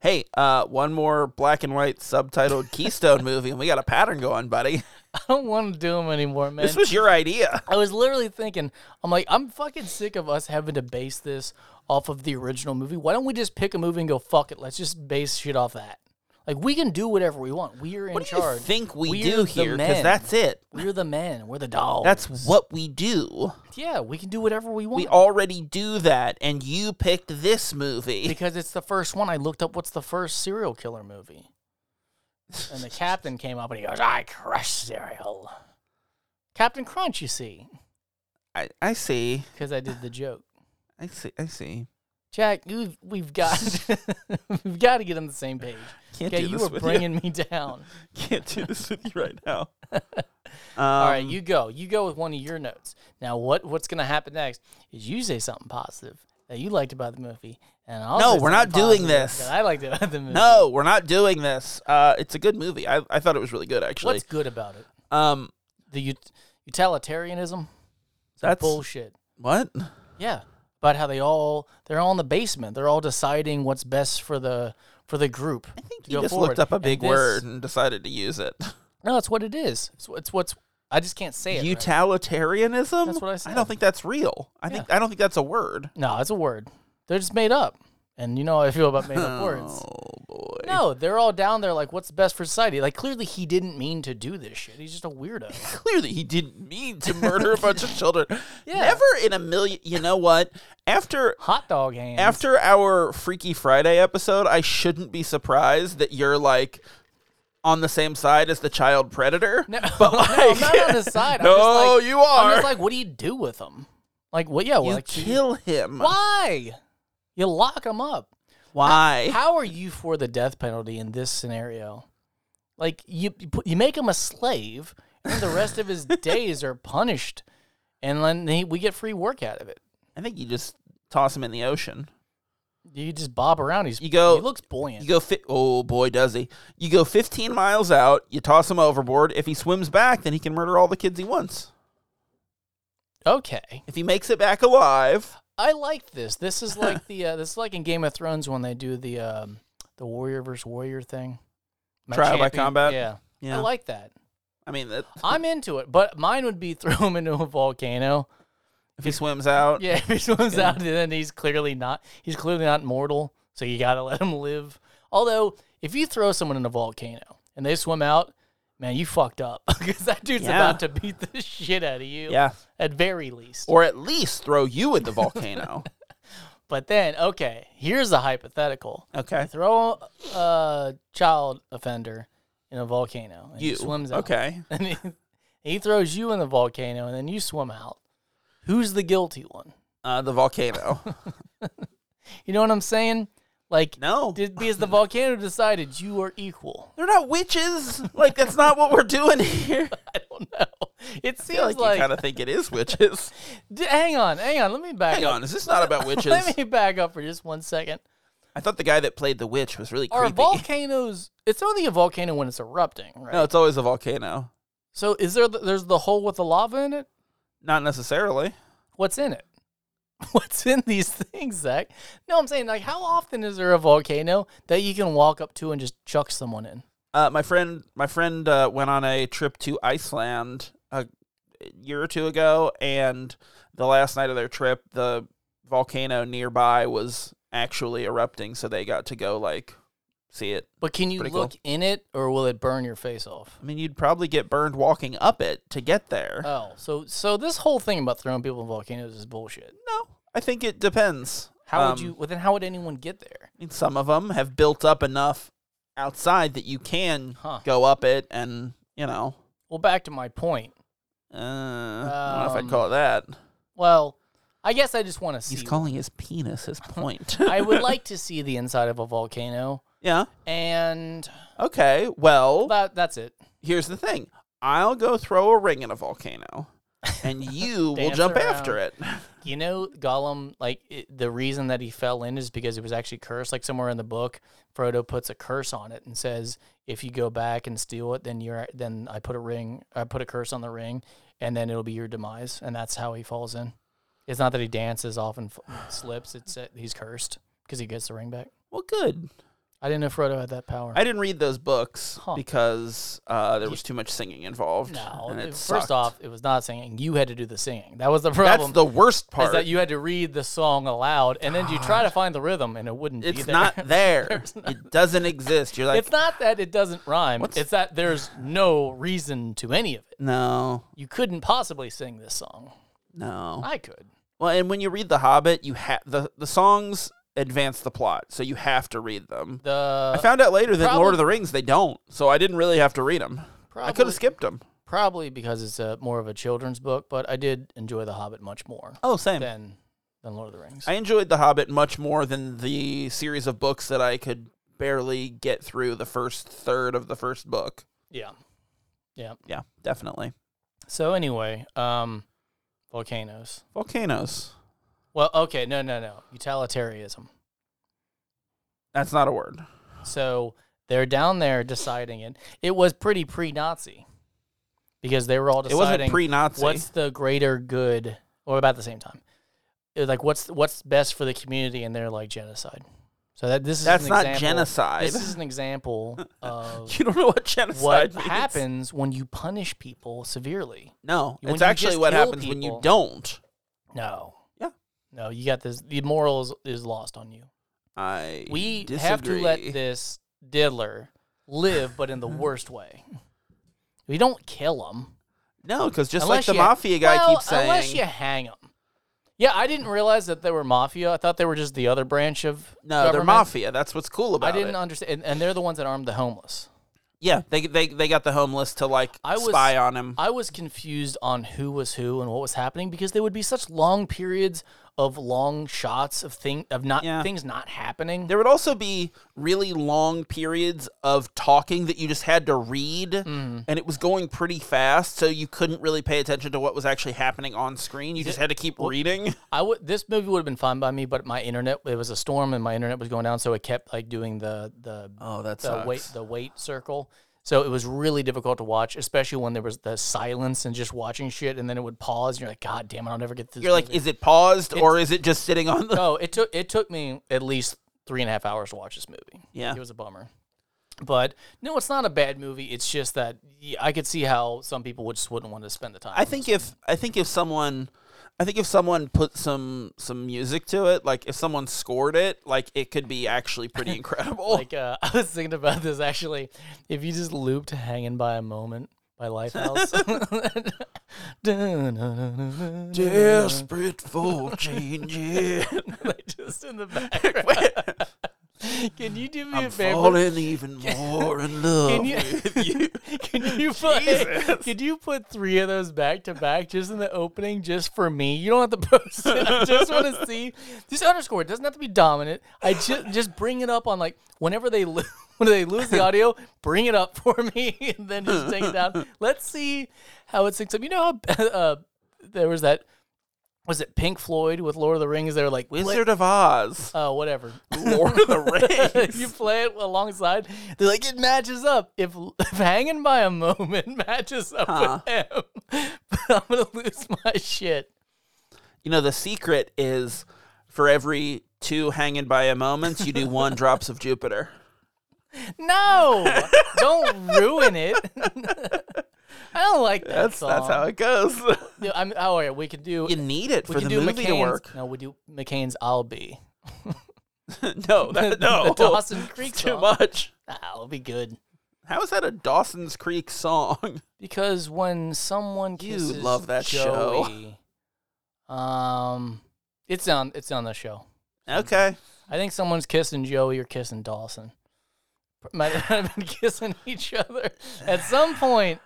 Hey, uh, one more black and white
[LAUGHS]
subtitled Keystone movie, and we got a pattern going, buddy.
I don't want to do them anymore, man.
This was your idea.
I was literally thinking, I'm like, I'm fucking sick of us having to base this off of the original movie. Why don't we just pick a movie and go fuck it? Let's just base shit off that. Like we can do whatever we want. We're in
What do you
charge.
think we
We're
do
the
here? Because
men.
that's it.
We're the men. We're the dogs.
That's what we do.
yeah. We can do whatever we want
We [LAUGHS] already do that, and you picked this movie.
because it's the first one. I looked up what's the first serial killer movie, and the captain came up and he goes, "I crush cereal." Captain Crunch, you see,
I, I see.
because I did the joke.
I see. I see.
Jack, you we've got [LAUGHS] we've got to get on the same page.
Can't
Okay,
do
you
this
were
with
bringing me down.
you. [LAUGHS] Can't do this with you
[LAUGHS]
right now.
All
Um,
right, you go. You go with one of your notes. Now, what what's going to happen next is you say something positive that you liked about the movie, and I'll
No,
say
we're not
something
doing
positive
this.
That I liked about the movie.
No, we're not doing this. Uh, it's a good movie. I, I thought it was really good, actually.
what's good about it?
um,
The ut- utilitarianism. It's
That's-
bullshit.
what?
Yeah, about how they all they're all in the basement. They're all deciding what's best for the for the group. I think
You just looked up a big word and decided to use
[LAUGHS]
it.
No, it's what it is. It's, it's what's. I just can't say it. right.
Utilitarianism?
That's what I
I
said.
don't think that's real. I think I don't think that's a word. [LAUGHS]
No, it's a word. They're just made up. And you know how I feel about made up words.
Oh boy.
No, they're all down there like, what's best for society? Like, clearly he didn't mean to do this shit. He's just a weirdo. [LAUGHS]
Clearly, he didn't mean to murder a bunch of children.
Yeah.
Never in a million. You know what? After
Hot dog hands. [LAUGHS]
after our Freaky Friday episode, I shouldn't be surprised that you're like on the same side as the child predator.
no,
but
no,
like,
I'm not on his
[LAUGHS]
side. I'm just
No,
like-
you
I'm
are.
just like, what do you do with him? Like, what? Yeah, well,
you
like, do you-
kill him.
Why? You lock him up.
Why?
[LAUGHS] How are you for the death penalty in this scenario? Like you, you put- you make him a slave, and the
[LAUGHS]
rest of his days are punished, and then he, we get free work out of it.
I think you just toss him in the ocean.
You just bob around. He's
You go-
He looks buoyant.
You go, fi- oh boy, does he! You go 15 miles out. You toss him overboard. If he swims back, then he can murder all the kids he wants.
okay,
If he makes it back alive,
I like this. This
[LAUGHS]
is like the uh, this is like in Game of Thrones when they do the um, the warrior versus warrior thing. My
Trial by combat?
Yeah,
yeah.
I like that.
I mean, that,
I'm into it, but mine would be [LAUGHS] throw him into a volcano.
if he swims out,
Yeah, [LAUGHS] if he swims
Yeah.
out, then he's clearly not. He's clearly not mortal, so you gotta [LAUGHS] let him live. Although, if you throw someone in a volcano and they swim out, man, you fucked up [LAUGHS] because that dude's
Yeah.
about to beat the [LAUGHS] shit out of you.
yeah,
at very least.
or at least throw you in the
[LAUGHS]
volcano.
But then, okay, here's a hypothetical:
Okay,
throw a child offender in a volcano, and
you
he swims out.
Okay,
[LAUGHS] and he, he throws you in the volcano, and then you swim out. Who's the guilty one?
uh, the
[LAUGHS]
volcano.
You know what I'm saying? Like,
No,
Did, because the volcano decided you are equal. [LAUGHS]
they're not witches. Like that's not what we're doing here.
I don't know. It
I feel
seems
like,
like.
you kind of think it is
[LAUGHS]
witches.
D- hang on, hang on. Let me back
Hang
up.
on, is this not about witches?
[LAUGHS] Let me back up for just one second.
I thought the guy that played the witch was really
Are
creepy.
volcanoes? It's only a volcano when it's erupting, right?
no, it's always a volcano.
So is there? The, there's the hole with the lava in it.
Not necessarily.
What's in it? [LAUGHS] What's in these things, Zach? No, I'm saying like, how often is there a volcano that you can walk up to and just chuck someone in?
Uh, my friend, my friend uh, went on a trip to Iceland a year or two ago, and the last night of their trip, the volcano nearby was actually erupting, so they got to go like see it.
But can you
Pretty cool.
look in it, or will it burn your face off?
I mean, you'd probably get burned walking up it to get there.
Oh, so so this whole thing about throwing people in volcanoes is bullshit.
no, I think it depends.
How would
Um,
you? Well, then how would anyone get
I
there?
mean, some of them have built up enough outside that you can
Huh.
go up it, and you know,
Well, back to my point.
uh, I don't know if
Um,
I'd call it that.
Well, I guess I just want to see.
He's calling his penis
[LAUGHS]
his point. [LAUGHS]
I would like to see the inside of a volcano,
yeah.
and
Okay. Well,
that that's it.
here's the thing. I'll go throw a ring in a volcano,
[LAUGHS]
and you will
Dance
jump after it.
You know, Gollum, like it, the reason that he fell in is because it was actually cursed. Like somewhere in the book, Frodo puts a curse on it and says, "If you go back and steal it, then you're then I put a ring, I put a curse on the ring, and then it'll be your demise." And that's how he falls in. It's not that he dances off and f- slips; it's that he's cursed because he gets the ring back.
Well, good.
I didn't know Frodo had that power.
I didn't read those books
Huh.
because uh, there was too much singing involved.
no,
and it
it-
sucked.
first off, it was not singing. You had to do the singing. That was the
that's
problem.
the worst
is
part.
that you had to read the song aloud, and then you try to find the rhythm, and it wouldn't be
it's
there. [LAUGHS]
not there. it doesn't exist. You're like,
it's not that it doesn't rhyme. It's that there's no reason to any of it.
no,
You couldn't possibly sing this song.
no.
I could.
Well, and when you read The Hobbit, you have the the songs advance the plot, so you have to read them.
The
I found out later that in Lord
probably-
of the Rings they don't, so I didn't really have to read them. I could
Probably-
have skipped them.
probably because it's a more of a children's book, but I did enjoy The Hobbit much more
Oh, same.
than than Lord of the Rings.
I enjoyed The Hobbit much more than the series of books that I could barely get through the first third of the first book.
yeah, yeah.
Yeah, definitely.
So anyway, um, volcanoes.
Volcanoes.
Well, okay, no, no, no. Utilitarianism.
That's not a word.
So they're down there deciding it. It was pretty pre-Nazi because they were all
it wasn't
deciding
pre-Nazi.
what's the greater good, or about the same time. It was like what's what's best for the community, and they're like genocide. So that this is
That's
an
not
example-
genocide.
This is
[LAUGHS]
an example of
[LAUGHS] you don't know what genocide
what
means.
happens when you punish people severely.
No,
When
it's
you
actually
just
what
kill
happens when you
people.
don't.
No.
Yeah.
No, you got this. The moral is, is lost on you.
I
We
disagree.
have to let this diddler live,
[LAUGHS]
but in the worst way. We don't kill them.
No, because just
Unless
like the
you-
mafia guy
well,
keeps saying,
Unless you hang them. Yeah, I didn't realize that they were mafia. I thought they were just the other branch of
no, they're
government.
mafia. That's what's cool about
I didn't
it.
understand, and, and they're the ones that armed the homeless.
yeah, they, they they got the homeless to like
I was-
spy on him.
I was confused on who was who and what was happening because there would be such long periods of long shots of thing of not
Yeah.
things not happening.
there would also be really long periods of talking that you just had to read, and it was going pretty fast, so you couldn't really pay attention to what was actually happening on screen. You just had to keep reading.
I would this movie would have been fine by me, but my internet it was a storm and my internet was going down, so it kept like doing the the
Oh, that's
the wait the wait circle. So it was really difficult to watch, especially when there was the silence and just watching shit, and then it would pause, and you're like, God damn it, I'll never get this.
You're like,
movie."
is it paused or is it just sitting on
[LAUGHS]
the?
no, it took it took me at least three and a half hours to watch this movie.
Yeah.
it was a bummer. But no, it's not a bad movie. It's just that yeah, I could see how some people would just wouldn't want to spend the time.
I think if I think if someone, I think if someone put some some music to it, like if someone scored it, like it could be actually pretty incredible. [LAUGHS]
[LAUGHS] like uh, I was thinking about this actually. If you just looped "Hanging by a Moment" by [LAUGHS] Lifehouse, Dun-dun-dun-dun-dun.
Desperate for change, yeah.
Like, just in the background. Can you do me a [LAUGHS] favor?
falling even more in love.
Can you,
[LAUGHS]
[LAUGHS] can you put can you put three of those back to back just in the opening just for me? You don't have to post it. I just want to see. Just underscore. It doesn't have to be dominant. I just just bring it up on like whenever they lo- [LAUGHS] when they lose the audio, bring it up for me [LAUGHS] and then just take it down. Let's see how it syncs up. You know how [LAUGHS] uh, there was that was it Pink Floyd with Lord of the Rings? They were like
Wizard of Oz,
Oh, whatever.
Lord of the
If
Rings.
[LAUGHS] you play it alongside, they're like, it matches up. If, if hanging by a moment [LAUGHS] matches up with him, [LAUGHS] I'm going to lose my shit.
You know the secret is for every two hanging by a moments, you do
[LAUGHS]
one drops of Jupiter.
No! don't ruin it. [LAUGHS] I don't like that
That's
song.
that's how it goes.
Yeah, I'm, oh, all right, we can do.
[LAUGHS] you need it
we
for
can
the
do
movie
McCain's.
to work. [LAUGHS]
No, we do McCain's I'll Be.
no, that, [LAUGHS] no,
[LAUGHS] The Dawson Creek
It's too
song.
much.
That'll be good.
How is that a Dawson's Creek song? [LAUGHS]
Because when someone
You
kisses
love that show.
Joey, um, it's on it's on the show.
Okay,
I think someone's kissing Joey or kissing Dawson. Might have been [LAUGHS] kissing each other at some point.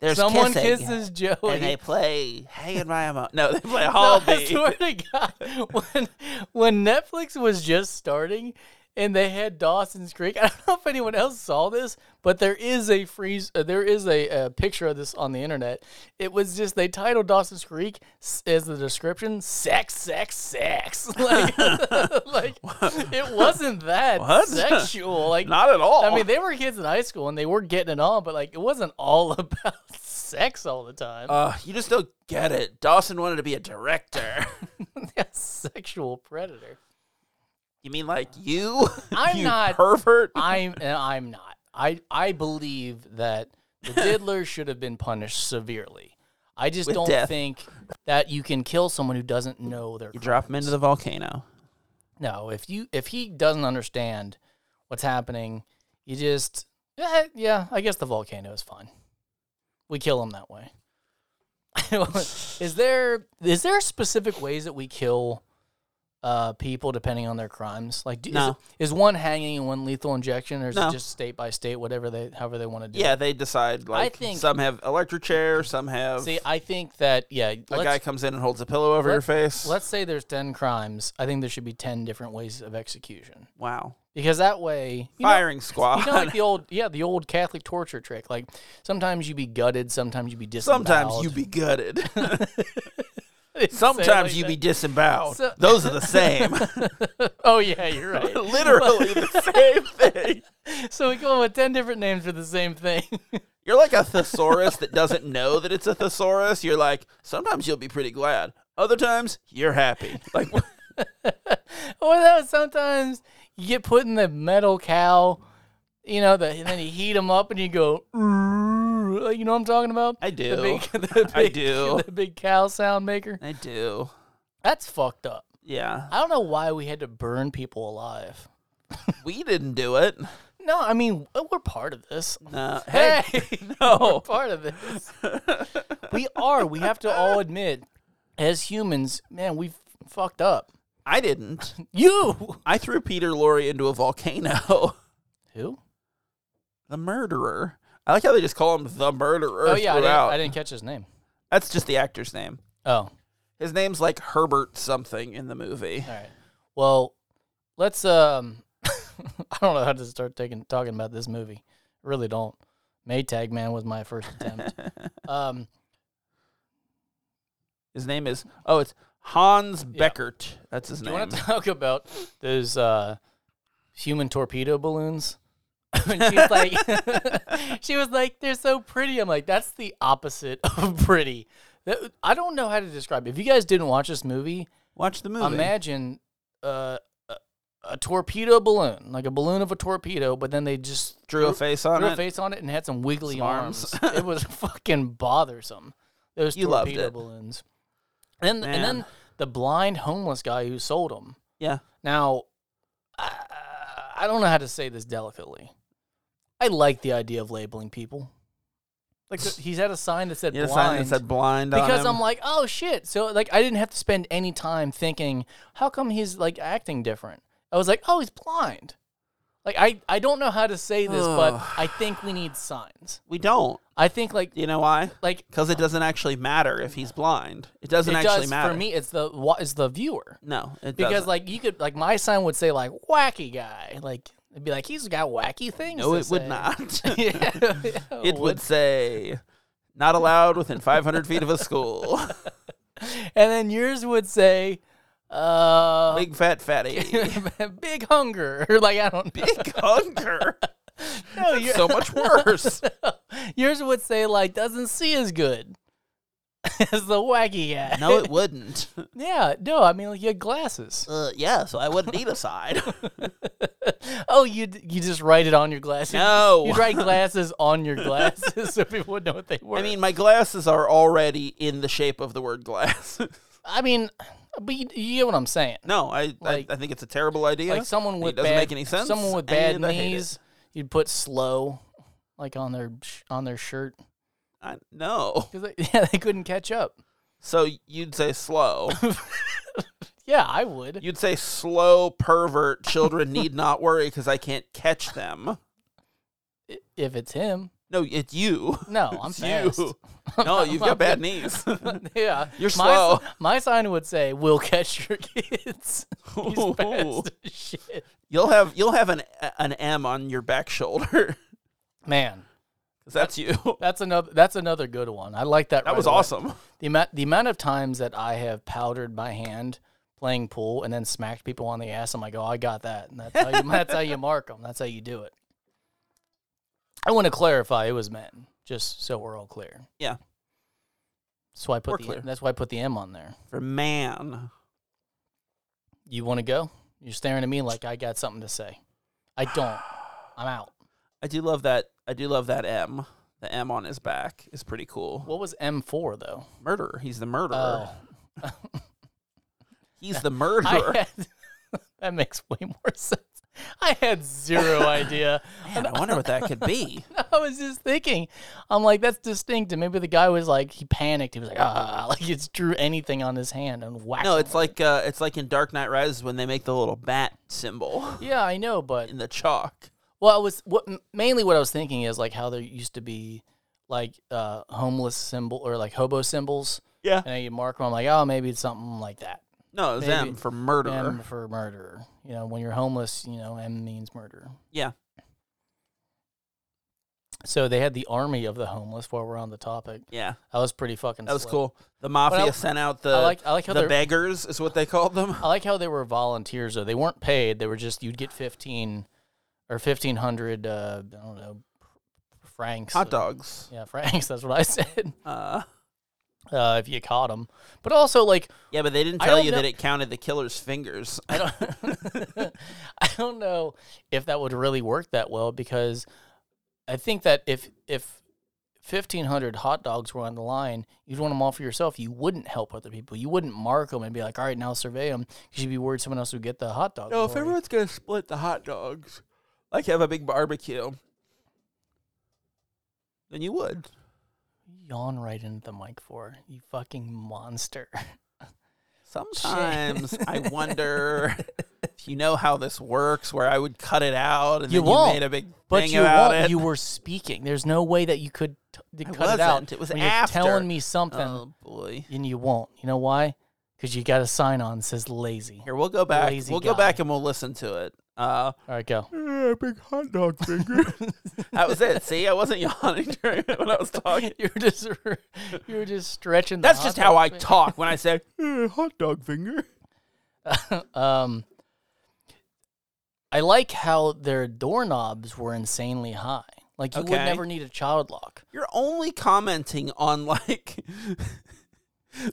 there's
someone
kissing,
kisses Joey.
and they play hanging by a moment. No, they play
[LAUGHS] No, I
Hallby.
swear to God, when when Netflix was just starting and they had Dawson's Creek, I don't know if anyone else saw this, but there is a freeze. Uh, there is a, uh picture of this on the internet. It was just they titled Dawson's Creek s- as the description: "Sex, sex, sex." [LAUGHS] Like,
[LAUGHS]
like it wasn't that
What?
sexual. Like
Not at all.
I mean, they were kids in high school and they were getting it on, but like it wasn't all [LAUGHS] about sex all the [LAUGHS] time.
Uh, you just don't get it. Dawson wanted to be a director. [LAUGHS]
sexual predator.
you mean like you?
[LAUGHS] I'm
You
not-
pervert. [LAUGHS]
I'm and I'm not. I I believe that the diddler should have been punished severely. I just
With
don't
death.
think that you can kill someone who doesn't know their.
You drop him into the volcano.
No, if you if he doesn't understand what's happening, you just yeah, yeah I guess the volcano is fine. We kill him that way. [LAUGHS] is there is there specific ways that we kill uh, people depending on their crimes? Like, do,
No.
is, is one hanging and one lethal injection, or is
No.
it just state by state, whatever they however they want to do?
Yeah, they decide like
think-
some have electric chair, some have
See, I think that yeah,
a guy
let's,
comes in and holds a pillow over your face.
let's say there's ten crimes. I think there should be ten different ways of execution
Wow.
because that way you know-
Firing squad.
You know,
[LAUGHS]
like the old, yeah, the old Catholic torture trick. Like sometimes you be gutted, sometimes you be disemboweled.
Sometimes
[LAUGHS]
you be gutted.
It's
Sometimes
like
you
that.
be disemboweled.
So-
Those are the same.
Oh yeah, [LAUGHS] you're right.
[LAUGHS] Literally
[LAUGHS]
the same thing.
so we come up with ten different names for the same thing. [LAUGHS]
You're like a thesaurus that doesn't know that it's a thesaurus. You're like, sometimes you'll be pretty glad. Other times, you're happy.
[LAUGHS]
Like,
or that sometimes you get put in the metal cow, you know, the, and then you heat them up and you go, "Rrrr," like, you know what I'm talking about?
I
The
do.
big, [LAUGHS] the
[LAUGHS] I
big-
do.
The big cow sound maker.
I do.
That's fucked up.
Yeah.
I don't know why we had to burn people alive.
We didn't do it.
No, I mean we're part of this.
No.
Hey,
Hey.
[LAUGHS]
no.
part of this. [LAUGHS] we are. We have to all admit, as humans, man, we've fucked up.
I didn't.
You
I threw Peter Lorre into a volcano. [LAUGHS]
who?
The murderer. I like how they just call him the murderer
Oh yeah, I didn't,
throughout.
I didn't catch his name.
That's just the actor's name.
Oh, all
His name's like Herbert something in the movie.
right. Well, let's. Um, [LAUGHS] I don't know how to start taking talking about this movie. I really don't. Maytag Man was my first attempt. um,
His name is oh, it's Hans Beckert. That's his
do you
name.
want to talk about those uh, human torpedo balloons? [LAUGHS] and she's like, [LAUGHS] she was like, they're so pretty. I'm like, that's the opposite [LAUGHS] of pretty. That- I don't know how to describe. it. If you guys didn't watch this movie,
Watch the movie.
imagine uh, a, a torpedo balloon, like a balloon of a torpedo, but then they just
Drew a face on
threw
it.
a face on it and had some wiggly
Some arms.
arms. it was fucking bothersome. Those
You loved
torpedo
it.
balloons. And and
Man.
then the blind homeless guy who sold them.
Yeah.
Now, I, I don't know how to say this delicately. I like the idea of labeling people. Like so he's had a sign that said
Yeah, the
blind
sign that said blind on
because
him.
I'm like, oh shit. So like, I didn't have to spend any time thinking, how come he's like acting different? I was like, oh, he's blind. Like I, I don't know how to say this, but
Ugh.
I think we need signs.
we don't.
I think like
You know why?
like
Because it doesn't actually matter if he's blind. It doesn't
Uh-huh. it
actually
does
matter
for me. It's the wha- it's the viewer
No, it
because
doesn't.
like you could like my sign would say like wacky guy like it'd be like he's got wacky things.
no,
to
it would
say.
not. [LAUGHS]
[LAUGHS] yeah,
it would say
[LAUGHS]
not allowed within 500 feet of a school.
and then yours would say, uh,
Big fat
[LAUGHS]
fatty. [LAUGHS]
big, hunger [LAUGHS] or like I don't know.
Big hunger.
No, you-
So much
[LAUGHS]
worse.
Yours would say like doesn't see as good [LAUGHS] as the wacky guy.
No, it wouldn't.
yeah, no. I mean, like you had glasses.
Uh, yeah, so I wouldn't need a
[LAUGHS]
side.
Oh, you d- you just write it on your glasses. [LAUGHS]
No.
you write glasses on your glasses [LAUGHS] so people would know what they were.
I mean, my glasses are already in the shape of the word glass. [LAUGHS]
I mean, but you, you get what I'm saying.
no, I,
Like-
I I think it's a terrible idea.
Like someone with
it doesn't
bad,
make any sense.
Someone with bad
and I hate it.
knees, you'd put slow, like on their sh- on their [LAUGHS] shirt
I,
[LAUGHS]
no,
because yeah they couldn't catch up.
so you'd say
[LAUGHS]
slow.
Yeah, I would.
You'd say slow pervert children need not worry because I can't catch them.
I- if it's him,
No, it's you.
no, I'm
It's
fast. [LAUGHS]
you. [LAUGHS] No, you've got bad knees.
yeah,
You're
my,
slow.
si- My sign would say, "We'll catch your kids." [LAUGHS]
[LAUGHS]
He's
Ooh.
fast as shit.
You'll have you'll have an an M on your back shoulder. [LAUGHS]
Man,
'Cause that's you.
that's another. That's another good one. I like that.
That
right
was
away.
awesome.
The amount, the amount of times that I have powdered my hand playing pool and then smacked people on the ass. I'm like, "Oh, I got that." And that's how you. [LAUGHS] that's how you mark them. That's how you do it. I want to clarify. It was men, just so we're all clear.
Yeah.
That's why I put
We're
the.
clear.
That's why I put the M on there.
For man.
You want to go? You're staring at me like I got something to say.
[SIGHS]
I don't. I'm out.
I do love that I do love that M. The M on his back is pretty cool.
What was M4 though?
murderer. He's the murderer.
Oh,
He's the
[LAUGHS] I
murderer.
had, that makes way more [LAUGHS] sense. I
[LAUGHS]
had zero idea.
Man, I wonder what that could be.
[LAUGHS] I was just thinking, I'm like, that's distinct. And maybe the guy was like, he panicked. He was like, ah, [LAUGHS] like it's drew anything on his hand and whacked.
No,
him.
it's like uh, it's like in Dark Knight Rises when they make the little bat symbol [LAUGHS]
yeah, I know, but
in the chalk.
Well, I was what m- mainly what I was thinking is like how there used to be like uh, homeless symbol or like hobo symbols.
Yeah.
And then you mark them. I'm like, oh, maybe it's something like that.
No, it was
Maybe.
M for murderer.
M for murderer. You know, when you're homeless, you know, M means murder.
Yeah.
So they had the army of the homeless while we're on the topic.
Yeah.
That was pretty fucking
That was
slick.
cool. The mafia
I-
sent out the
I like I like how
the
they're
beggars is what they called
[LAUGHS]
them.
I like how they were volunteers though. They weren't paid. They were just you'd get fifteen or fifteen hundred uh I don't know francs.
Hot
uh,
dogs.
Yeah, francs, [LAUGHS] that's what I said.
Uh,
uh, if you caught him. But also, like,
yeah, but they didn't
I
tell
don't
you
know-
that it counted the killer's fingers.
I don't, [LAUGHS] I don't know if that would really work that well because I think that if if fifteen hundred hot dogs were on the line, you'd want them all for yourself. You wouldn't help other people. You wouldn't mark them and be like, "All right, now survey them," because you'd be worried someone else would get the hot
[LAUGHS]
dog.
No, if
glory.
everyone's gonna split the hot dogs, like have a big barbecue, then you would.
[LAUGHS] Yawn right into the mic for her, you
[LAUGHS]
fucking monster.
Sometimes I
[LAUGHS]
wonder if you know how this works, where I would cut it out and
You
then
won't,
you made a big
But
thing
you
about
won't.
it.
You were speaking. There's no way that you could t- to
I
cut it out.
wasn't. It was
when you're
after.
telling me something,
oh boy!
and you won't. You know why? Because you got a sign on that says lazy.
Here we'll go back.
Lazy
We'll
guy.
go back and we'll listen to it. Uh,
All
[LAUGHS]
right, go. [LAUGHS]
yeah, big hot dog finger. [LAUGHS] that was it. See, I wasn't [LAUGHS] yawning during when I was
[LAUGHS]
talking.
You were just you were just stretching. The
That's
hot
just how
dog
I
thing.
talk when I [LAUGHS] say "Eh, hot dog finger.
um, I like how their doorknobs were insanely high. Like you would
Okay.
never need a child lock.
You're only commenting on like [LAUGHS]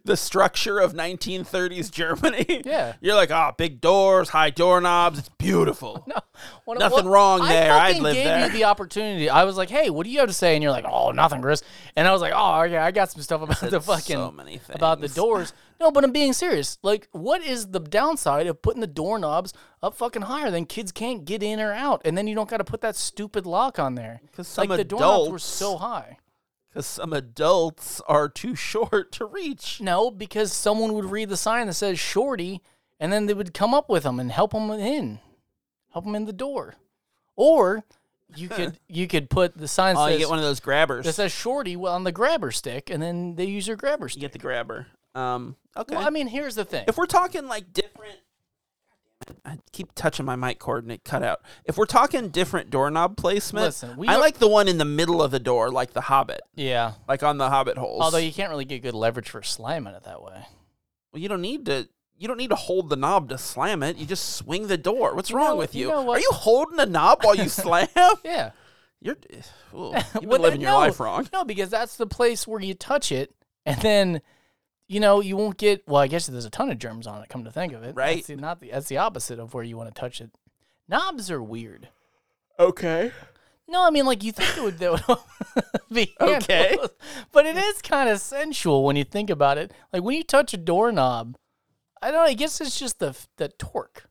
the structure of 1930s Germany.
Yeah.
You're like, oh, big doors, high doorknobs. It's beautiful.
[LAUGHS] No, when-
Nothing
when-
wrong there.
I
I'd
fucking
live
gave
there.
you the opportunity. I was like, "Hey, what do you have to say?" And you're like, "Oh, nothing, Chris." And I was like, "Oh, yeah, I got some stuff about the
Said
fucking
so many things.
about the doors." No, but I'm being serious. Like, what is the downside of putting the doorknobs up fucking higher? Then kids can't get in or out, and then you don't got to put that stupid lock on there.
'Cause some
like the doorknobs were
adults-
so high.
Because some adults are too [LAUGHS] short to reach.
No, because someone would read the sign that says "Shorty," and then they would come up with them and help them in, help them in the door, or
[LAUGHS]
you could you could put the sign
Oh,
says,
you get one of those grabbers.
that says "Shorty" well, on the grabber stick, and then they use your grabber
you
stick.
get the grabber. Um, okay.
Well, I mean, here's the thing.
if we're talking like different. I keep touching my mic cord and it cut out. If we're talking different doorknob placement,
Listen, we
I
are-
like the one in the middle of the door, like the Hobbit,
yeah,
like on the Hobbit holes.
although you can't really get good leverage for slamming it that way.
Well, you don't need to. You don't need to hold the knob to slam it. You just swing the door. What's
You
wrong
know-
with
you
you?
know what-
Are you holding a knob while
[LAUGHS]
you slam?
Yeah,
You're ooh, you've been
Well,
living your
no,
life wrong.
No, because that's the place where you touch it, and then you know you won't get. Well, I guess there's a ton of germs on it. Come to think of it,
Right.
That's the, not the, that's the opposite of where you want to touch it. Knobs are weird.
Okay.
No, I mean like you think it would, [LAUGHS] that would be
Okay.
handled, but it is kind of sensual when you think about it. Like when you touch a doorknob, I don't. know, I guess it's just the the torque.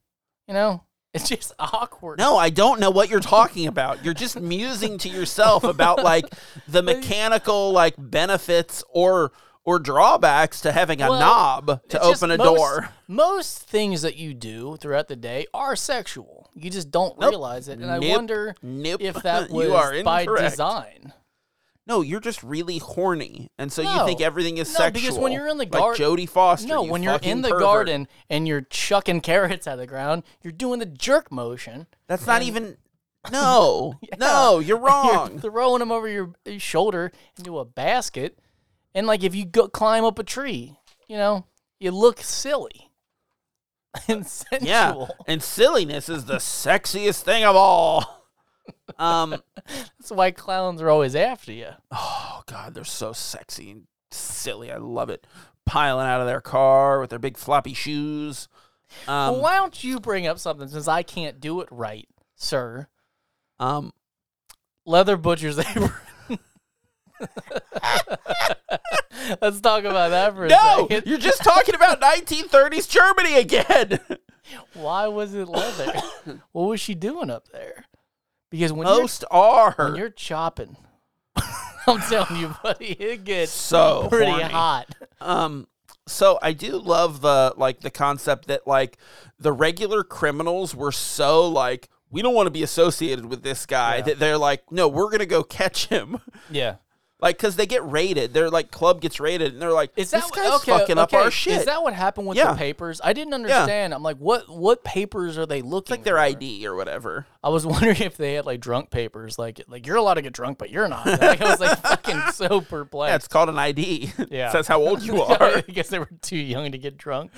You know, it's just [LAUGHS] awkward.
No, I don't know what you're talking about. You're just musing to yourself about like
[LAUGHS]
the mechanical like benefits or or drawbacks to having a
Well,
knob to
It's just
open a
most-
door.
Most things that you do throughout the day are sexual. You just don't realize it, and I
Nope.
wonder
Nope.
if that
[LAUGHS]
was
you are
by
incorrect.
design.
No, you're just really horny, and so
No.
you think everything is
No,
sexual.
because when you're in the
like
gar-
Jodie Foster.
No,
you
when you're
fucking
in the
pervert.
garden and you're chucking [LAUGHS] carrots out of the ground, you're doing the jerk motion. [LAUGHS]
That's not even. No, no, you're wrong.
You're throwing them over your your shoulder into a basket, and like if you go climb up a tree, you know, you look silly [LAUGHS] and sensual.
yeah, and silliness is the sexiest thing of
[LAUGHS]
all. Um.
That's why clowns are always after you.
Oh God, they're so sexy and silly. I love it. Piling out of their car with their big floppy shoes. Um.
well, why don't you bring up something since I can't do it right, sir?
um
Leather butcher's apron. [LAUGHS] Let's talk about that for
no,
a second.
[LAUGHS] you're just talking about 1930s Germany again. [LAUGHS]
Why was it leather?
[COUGHS]
what was she doing up there? Because when you're
Most are.
when you're chopping, [LAUGHS] I'm telling you, buddy, it gets
So
pretty
horny.
hot.
Um, so I do love the like the concept that like the regular criminals were so like we don't want to be associated with this guy that they're like no we're gonna go catch him [LAUGHS]
Yeah.
like because they get raided their like club gets raided and they're like
Is that
this
what-
guy's
okay,
fucking up
okay,
our shit
Is that what happened with
Yeah.
the papers? I didn't understand. I'm like, what what papers are they looking
like their
for?
ID or whatever
I was [LAUGHS] wondering if they had like drunk papers, like like you're allowed to get drunk, but you're not. [LAUGHS] Like, I was like fucking so
yeah
perplexed.
it's called an [LAUGHS] ID
[LAUGHS] Yeah.
says how old you
I
are [LAUGHS]
guess they were too young to get drunk.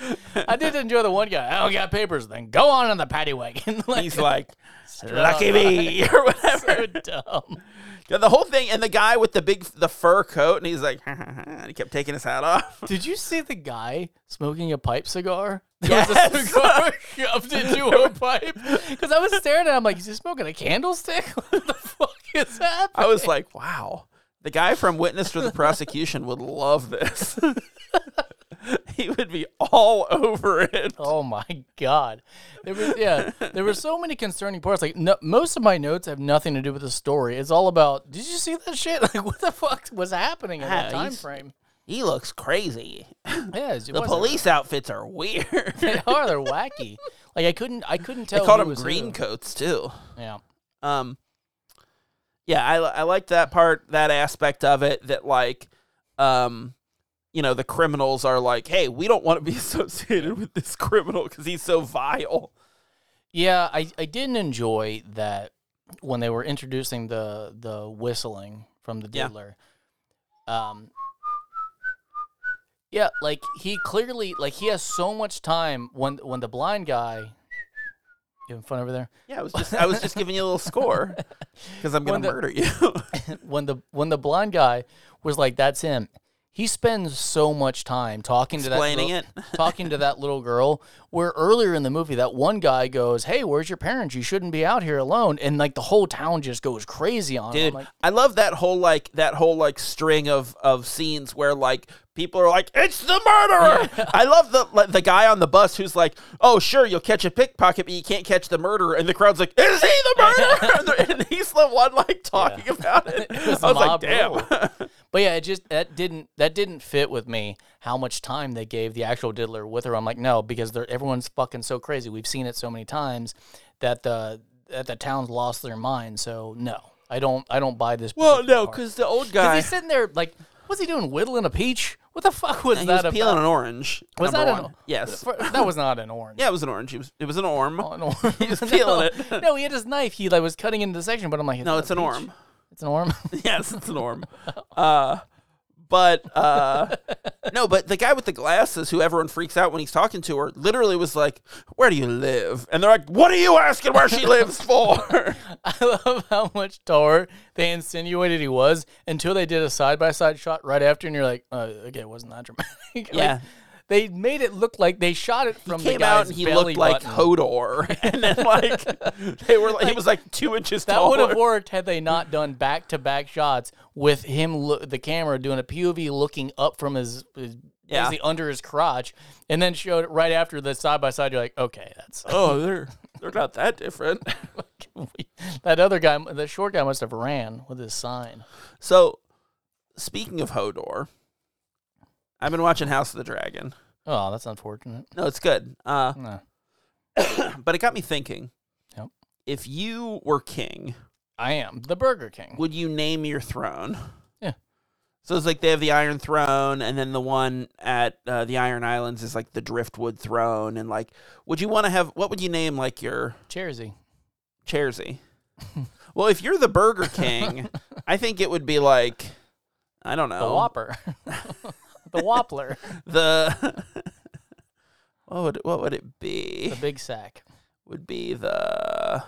I did enjoy the one guy. I don't got papers. Then go on in the paddy wagon. [LAUGHS] like,
he's like
strut
lucky
on.
me or
so
whatever
dumb.
yeah, the whole thing and the guy with the big the fur coat and he's like [LAUGHS] and he kept taking his hat off [LAUGHS]
Did you see the guy smoking a pipe cigar? There was a
Yes.
[LAUGHS] cigar shoved into a [LAUGHS] pipe. Because I was staring at him like, is he smoking a candlestick? [LAUGHS] What the fuck is happening?
I
[LAUGHS]
was like, wow, the guy from Witness to the Prosecution would love this. [LAUGHS] he would be all over it.
Oh my god. There was yeah, there were so many concerning parts. Like no, most of my notes have nothing to do with the story. It's all about did you see that shit? [LAUGHS] Like what the fuck was happening in that
Yeah,
time
he's-
frame?
He looks crazy.
Yeah, it
The
wasn't-
police outfits are weird.
[LAUGHS] They are they're wacky. Like I couldn't I couldn't tell.
they called
who
him
was who.
green coats too.
Yeah.
Um, yeah, I I like that part, that aspect of it. That like, um, you know, the criminals are like, hey, we don't want to be [LAUGHS] associated with this criminal because he's so vile.
Yeah, I, I didn't enjoy that when they were introducing the the whistling from the
Yeah.
diddler. Um Yeah, like he clearly like he has so much time when when the blind guy you having fun over
[LAUGHS]
there?
Yeah, I was just I was just giving you a little score because I'm gonna
When the-
murder you. [LAUGHS]
when the when the blind guy was like, "That's him," he spends so much time talking to
Explaining
that
it.
little, talking to that little girl. Where earlier in the movie, that one guy goes, "Hey, where's your parents? You shouldn't be out here alone," and like the whole town just goes crazy on
Dude, [LAUGHS]
him. I'm like,
I love that whole like that whole like string of of scenes where like people are like, "It's the murderer." I love the like, the guy on the bus who's like, "Oh, sure, you'll catch a pickpocket, but you can't catch the murderer." And the crowd's like, "Is he the
[LAUGHS]
murderer?" and, they're- and he's the one like talking about it. I was
was
like,
mob
"Damn."
rule. [LAUGHS] but yeah, it just that didn't that didn't fit with me. How much time they gave the actual diddler with her? I'm like, no, because they're everyone's fucking so crazy. We've seen it so many times that the that the town's lost their mind. So no. I don't. I don't buy this.
well, no,
particular part.
because the old
Because
guy
he's sitting there like, what's he doing? Whittling a peach? What the fuck was
he was
that
peeling
about?
an orange.
was
number
that
one.
an
yes?
for- Oh, that was not an [LAUGHS] orange.
Yeah, it was an orange. It was, it was an orm.
An orange.
[LAUGHS]
He
was peeling
no, [LAUGHS] No, he had his knife. He like was cutting into the section, but I'm like,
no,
that
it's an
peach?
orm.
It's an orm.
[LAUGHS] yes, it's an orm. Uh, but uh, no, but the guy with the glasses, who everyone freaks out when he's talking to her, literally was like, "Where do you live?" And they're like, "What are you asking where she lives
[LAUGHS]
for?"
[LAUGHS] I love how much taller they insinuated he was until they did a side by side shot right after, and you're like, uh, okay, it wasn't that dramatic. [LAUGHS] Like,
Yeah.
They made it look like they shot it from the
Came out
guy's
and he
belly
looked like
button.
Hodor, [LAUGHS] and then like they were, like, he was like two inches
That
taller.
would have worked had they not done back to back shots with him, lo- the camera doing a POV looking up from his, his
Yeah.
basically under his crotch, and then showed it right after the side by side. You're like, okay, that's [LAUGHS]
Oh, they're they're not that different.
that other guy, the short guy, must have ran with his sign.
so, speaking of Hodor, I've been watching House of the Dragon.
Oh, that's unfortunate.
No, it's good. Uh,
No.
[COUGHS] but it got me thinking.
Yep.
If you were king,
I am the Burger King.
would you name your throne?
Yeah.
So it's like they have the Iron Throne, and then the one at uh, the Iron Islands is like the Driftwood Throne, and like, would you want to have what would you name like your
Jersey. [LAUGHS]
Chersey? well, if you're the Burger King, I think it would be like, I don't
The
know, [LAUGHS]
Whopper. the Whoppler.
the. [LAUGHS] what would what would it be?
the Big Sack.
Would be the.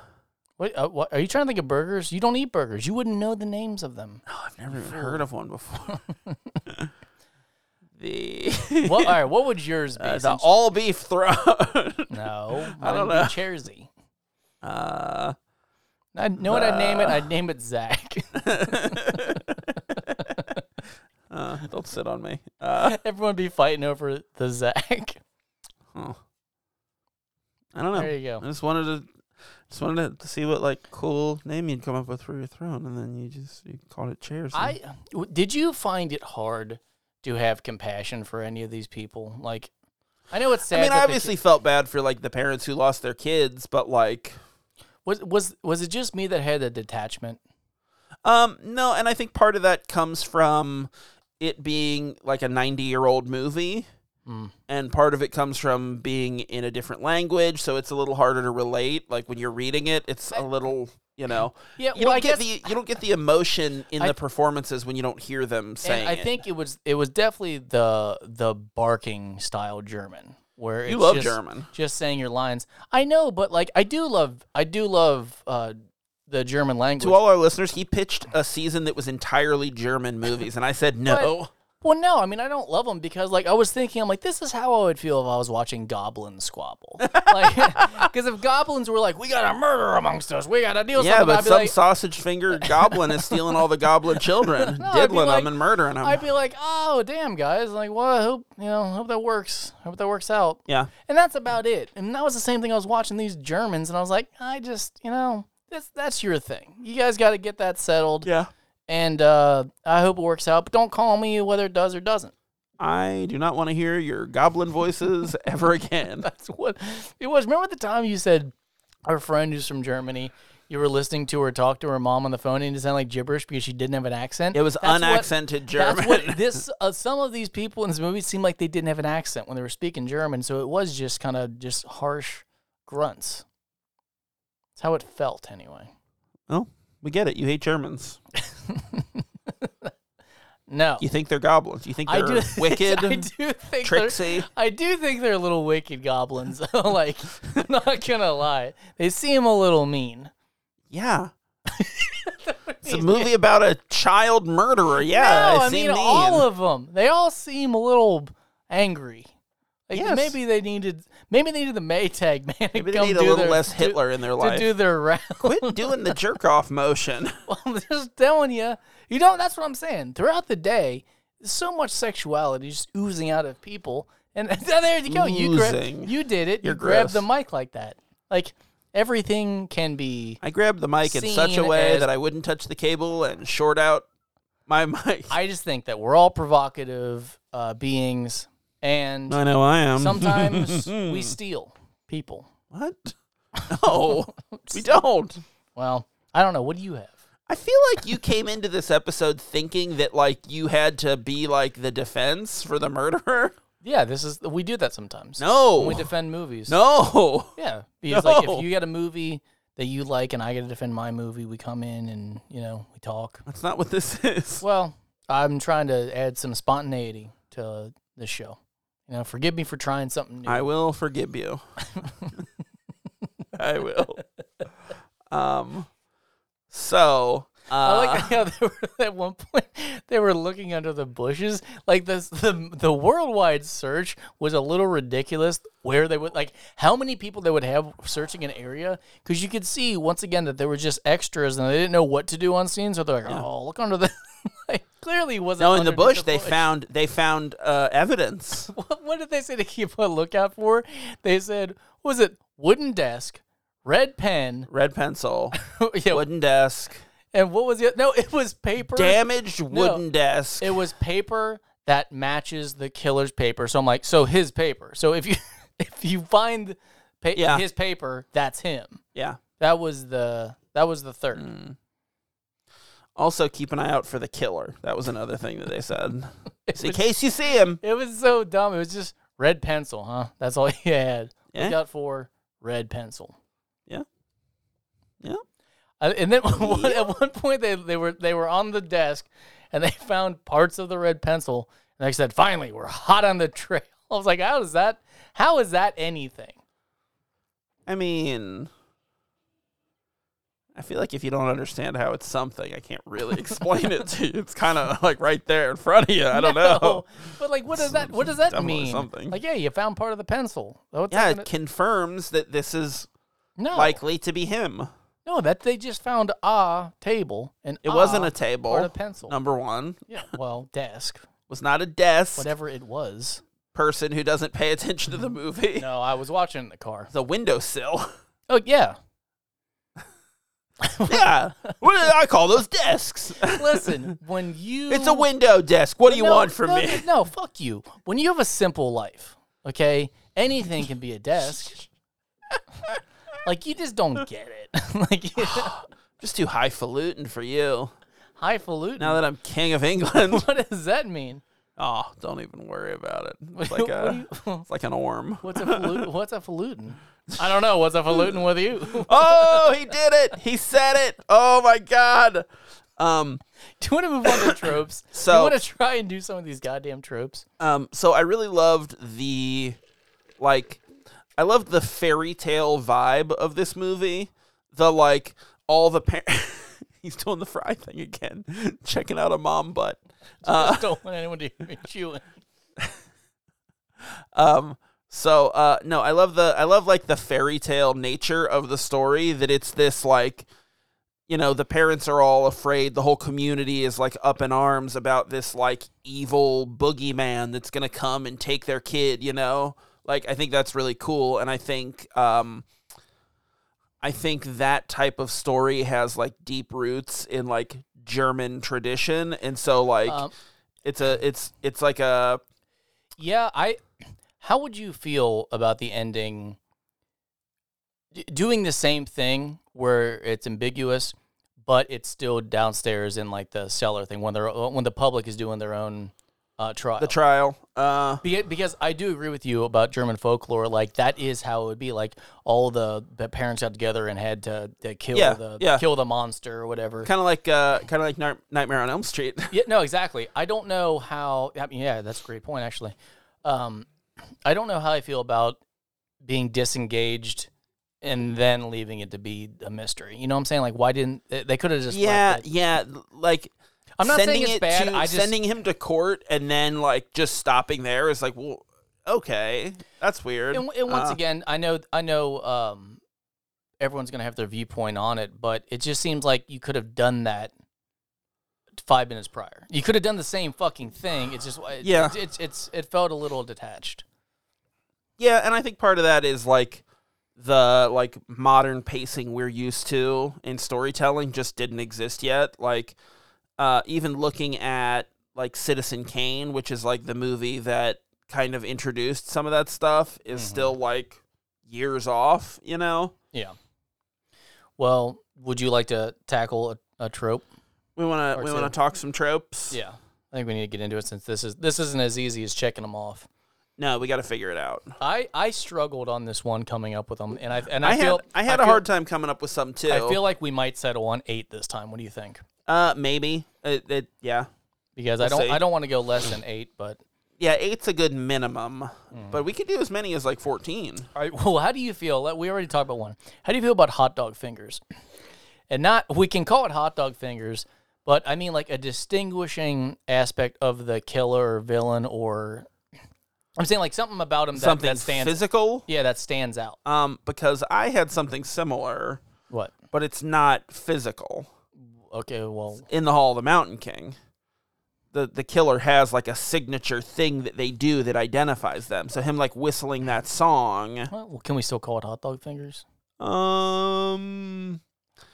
What, uh, what, are you trying to think of burgers? You don't eat burgers. You wouldn't know the names of them.
Oh, I've never even heard of one
[LAUGHS]
before. [LAUGHS] the
Well, all right. What would yours be?
uh, the
since-
all beef throne.
no,
[LAUGHS] I don't
mine would
know.
be Jersey.
[LAUGHS] Uh, [LAUGHS]
I know what I'd name it. I'd name it Zach. [LAUGHS]
uh, don't sit on me. Uh, [LAUGHS]
Everyone be fighting over the Zach.
huh. oh. I don't know.
There you
I
go.
just wanted to just wanted to see what like cool name you'd come up with for your throne, and then you just you called it chairs. and-
I w- did you find it hard to have compassion for any of these people? Like, I know it's sad.
I mean,
that
I
the
obviously felt bad for like the parents who lost their kids, but like,
Was was was it just me that had the detachment?
um, no, and I think part of that comes from it being like a ninety-year-old movie.
Mm.
and part of it comes from being in a different language, so it's a little harder to relate. Like when you're reading it, it's a little, you know,
Yeah,
you
well, I
don't get
guess,
the you don't get the emotion in
I-
the performances when you don't hear them saying.
and I
it.
think it was it was definitely the the barking style German where
you
it's
love
just,
German.
just saying your lines. I know, but like I do love I do love uh, the German language.
To all our listeners, he pitched a season that was entirely German movies, and I said no.
Well, no, I mean I don't love them because like I was thinking, I'm like, this is how I would feel if I was watching
[LAUGHS]
goblins squabble, like [LAUGHS] because if goblins were like, we got a murder amongst us, we got to deal
Yeah,
something,
but
I'd be
some
like,
sausage finger goblin is stealing all the
[LAUGHS]
goblin children,
No, I'd be
diddling
like-
them and murdering them.
I'd be like, oh damn guys, like well, I hope you know, I hope that works, I hope that works out,
yeah,
and that's about it. And that was the same thing I was watching these Germans, and I was like, I just you know. That's, that's your thing. You guys got to get that settled,
yeah.
and uh, I hope it works out. But don't call me whether it does or doesn't.
I do not want to hear your goblin
[LAUGHS]
voices ever again.
That's what [LAUGHS] it was. Remember the time you said our friend who's from Germany, you were listening to her talk to her mom on the phone and it sounded like gibberish because she didn't have an accent?
It was
That's what-
unaccented German.
That's what
[LAUGHS]
[LAUGHS] this. Uh, some of these people in this movie seemed like they didn't have an accent when they were speaking German, so it was just kind of just harsh grunts. That's how it felt, anyway.
we get it. You hate Germans.
No,
You think they're goblins. You think
I
they're
do [LAUGHS]
wicked,
I do think they're-
tricksy.
I do think they're little wicked goblins. [LAUGHS] though, like, I'm not gonna lie, they seem a little mean. [LAUGHS]
Yeah. it's a movie about a child murderer. Yeah,
no,
it
I mean
seemed mean.
all of them. They all seem a little angry. Like
Yes.
maybe they needed, maybe they needed the Maytag man.
Maybe they
to come
need a
do
little
their-
less
to-
Hitler in their
to,
life.
do their round.
[LAUGHS]
[LAUGHS]
Quit doing the jerk off motion.
I'm just telling you, you know that's what I'm saying. Throughout the day, there's so much sexuality just oozing out of people, and [LAUGHS] there you go. You
Oozing.
grabbed, you did it.
You're
you grabbed the
gross.
mic like that. Like everything can be.
I grabbed the mic in such a
Seen
way
as-
that I wouldn't touch the cable and short out my [LAUGHS] mic.
I just think that we're all provocative uh, beings, and
I know I am.
Sometimes
[LAUGHS]
we steal people.
What?
[LAUGHS]
No, we don't.
Well, I don't know. What do you have?
I feel like you came into this episode thinking that like you had to be like the defense for the
[LAUGHS]
murderer.
Yeah, this is we do that sometimes. when we
No,
defend movies.
no.
yeah, because like
No.
if you got a movie that you like and I got to defend my movie, we come in and you know we talk.
That's not what this is.
Well, I'm trying to add some spontaneity to this show. You know, forgive me for trying something new.
I will forgive
[LAUGHS]
you. I will. Um. So. Uh,
I like [LAUGHS] how they were, at one point they were looking under the bushes. Like this, the the worldwide search was a little ridiculous. Where they would like how many people they would have searching an area because you could see once again that there were just extras and they didn't know what to do on scene. So they're like, oh, look under the. [LAUGHS] like, clearly it wasn't.
no, in the
underneath
bush they found they found uh, evidence.
[LAUGHS] What, what did they say to keep a lookout for? They said, what was it wooden desk, red pen, [LAUGHS]
Red pencil,
yeah,
wooden desk,
and what was it? No, it was paper.
damaged wooden desk.
It was paper that matches the killer's paper. So I'm like, so his paper. So if you [LAUGHS] if you find pa-
Yeah.
his paper, that's him.
yeah.
That was the that was the third.
Mm. Also, keep an eye out for the killer. That was another thing that they said. So in case you see him,
It was so dumb. It was just red pencil, huh? That's all [LAUGHS] he had.
Yeah.
Look out for red pencil.
Yeah. Yeah.
Uh, and then [LAUGHS] one, at one point they, they were they were on the desk and they [LAUGHS] found parts of the red pencil and they said, "Finally, we're hot on the trail." [LAUGHS] I was like, "How is that? How is that anything?"
I mean, I feel like if you don't understand how it's something, I can't really explain it to you. It's kind of [LAUGHS] like right there in front of you. I don't
[LAUGHS]
know.
But like, what does that? What does that
Dumb or
mean?
something.
Like, yeah, you found part of the pencil. Oh, it's
Yeah,
not
it
gonna-
confirms that this is
no,
likely to be him.
no, that they just found a table and
It wasn't
ah,
a table.
part of pencil.
Number one
yeah, well, desk,
was not a desk
whatever it
[LAUGHS]
was.
person who doesn't pay attention to the movie.
[LAUGHS] No, I was watching in the car.
It's a
[LAUGHS]
windowsill. [LAUGHS]
Oh yeah,
yeah. What did I call those
[LAUGHS]
desks?
listen,
[LAUGHS]
when you
It's a window desk. What do you
No,
want from
no,
me?
No, fuck you. When you have a simple life, okay, anything can be
[LAUGHS]
a desk. like you just don't get it.
[SIGHS]
[LAUGHS] like
Just too highfalutin for you.
highfalutin.
Now that I'm king of
[LAUGHS]
England.
what does that mean?
Oh, don't even worry about it. It's like a,
What do you-
it's like an orm.
What's a falu- what's a falutin? I don't know. What's a falutin with you? [LAUGHS]
Oh, he did it. He said it. Oh my god. Um,
do you want to move on to tropes? do
So-
you want to try and do some of these goddamn tropes?
um. So I really loved the, like, I loved the fairy tale vibe of this movie. The [LAUGHS] like all the parents. He's doing the fry thing again, checking out a mom butt.
I just don't want anyone to hear [LAUGHS] me chewing.
Um, so uh, no, I love the I love like the fairy tale nature of the story that it's this like, you know, the parents are all afraid. The whole community is like up in arms about this like evil boogeyman that's gonna come and take their kid. You know, like I think that's really cool, and I think um, I think that type of story has like deep roots in like German tradition, and so like
Um,
it's a it's it's like a
Yeah, I. How would you feel about the ending? D- doing the same thing where it's ambiguous, but it's still downstairs in like the cellar thing when they're when the public is doing their own uh, trial.
the trial. Uh,
Be- because I do agree with you about German folklore. Like that is how it would be. Like all the, the parents got together and had to, to kill
Yeah,
the
yeah.
kill the monster or
[LAUGHS]
whatever.
kind of like uh, kind of like Nar- Nightmare on Elm Street.
Yeah, no, exactly. I don't know how. I mean, yeah, that's a great point, actually. Um, I don't know how I feel about being disengaged and then leaving it to be a mystery. You know what I'm saying? Like, why didn't they- they could have just?
yeah,
left it.
yeah, like
I'm not saying
sending
it's
it
bad.
To,
I just
sending him to court and then like just stopping there is like, well, okay, that's weird.
and, and once
Uh,
again, I know, I know, um, everyone's gonna have their viewpoint on it, but it just seems like you could have done that five minutes prior. You could have done the same fucking thing. It's just, it,
Yeah.
it's, it's, it's, it felt a little detached.
yeah, and I think part of that is like the like modern pacing we're used to in storytelling just didn't exist yet. Like uh, even looking at like Citizen Kane, which is like the movie that kind of introduced some of that stuff, is
Mhm.
still like years off. You know.
Yeah. Well, would you like to tackle a, a trope?
We want
Or
to we
two.
want to talk some tropes.
Yeah. I think we need to get into it since this is this isn't as easy as checking them off.
No, we got to figure it out.
I, I struggled on this one coming up with them, and I and
I,
I,
had
feel
I had
a
a hard time coming up with some too.
I feel like we might settle on eight this time. What do you think?
uh maybe it, it, yeah
Because I
We'll
don't
see.
I don't want to go less than eight, but [LAUGHS]
yeah eight's a good minimum,
Mm-hmm.
but we could do as many as like fourteen.
all right. Well, how do you feel? Let- We already talked about one. How do you feel about hot dog fingers? And not we can call it hot dog fingers, but I mean like a distinguishing aspect of the killer or villain or I'm saying like something about him that,
Something
that stands
physical.
Yeah, that stands out.
Um, because I had something similar,
What?
but it's not physical.
Okay, well,
In the Hall of the Mountain King, the the killer has like a signature thing that they do that identifies them. So him like whistling that song.
well, can we still call it hot dog fingers?
Um,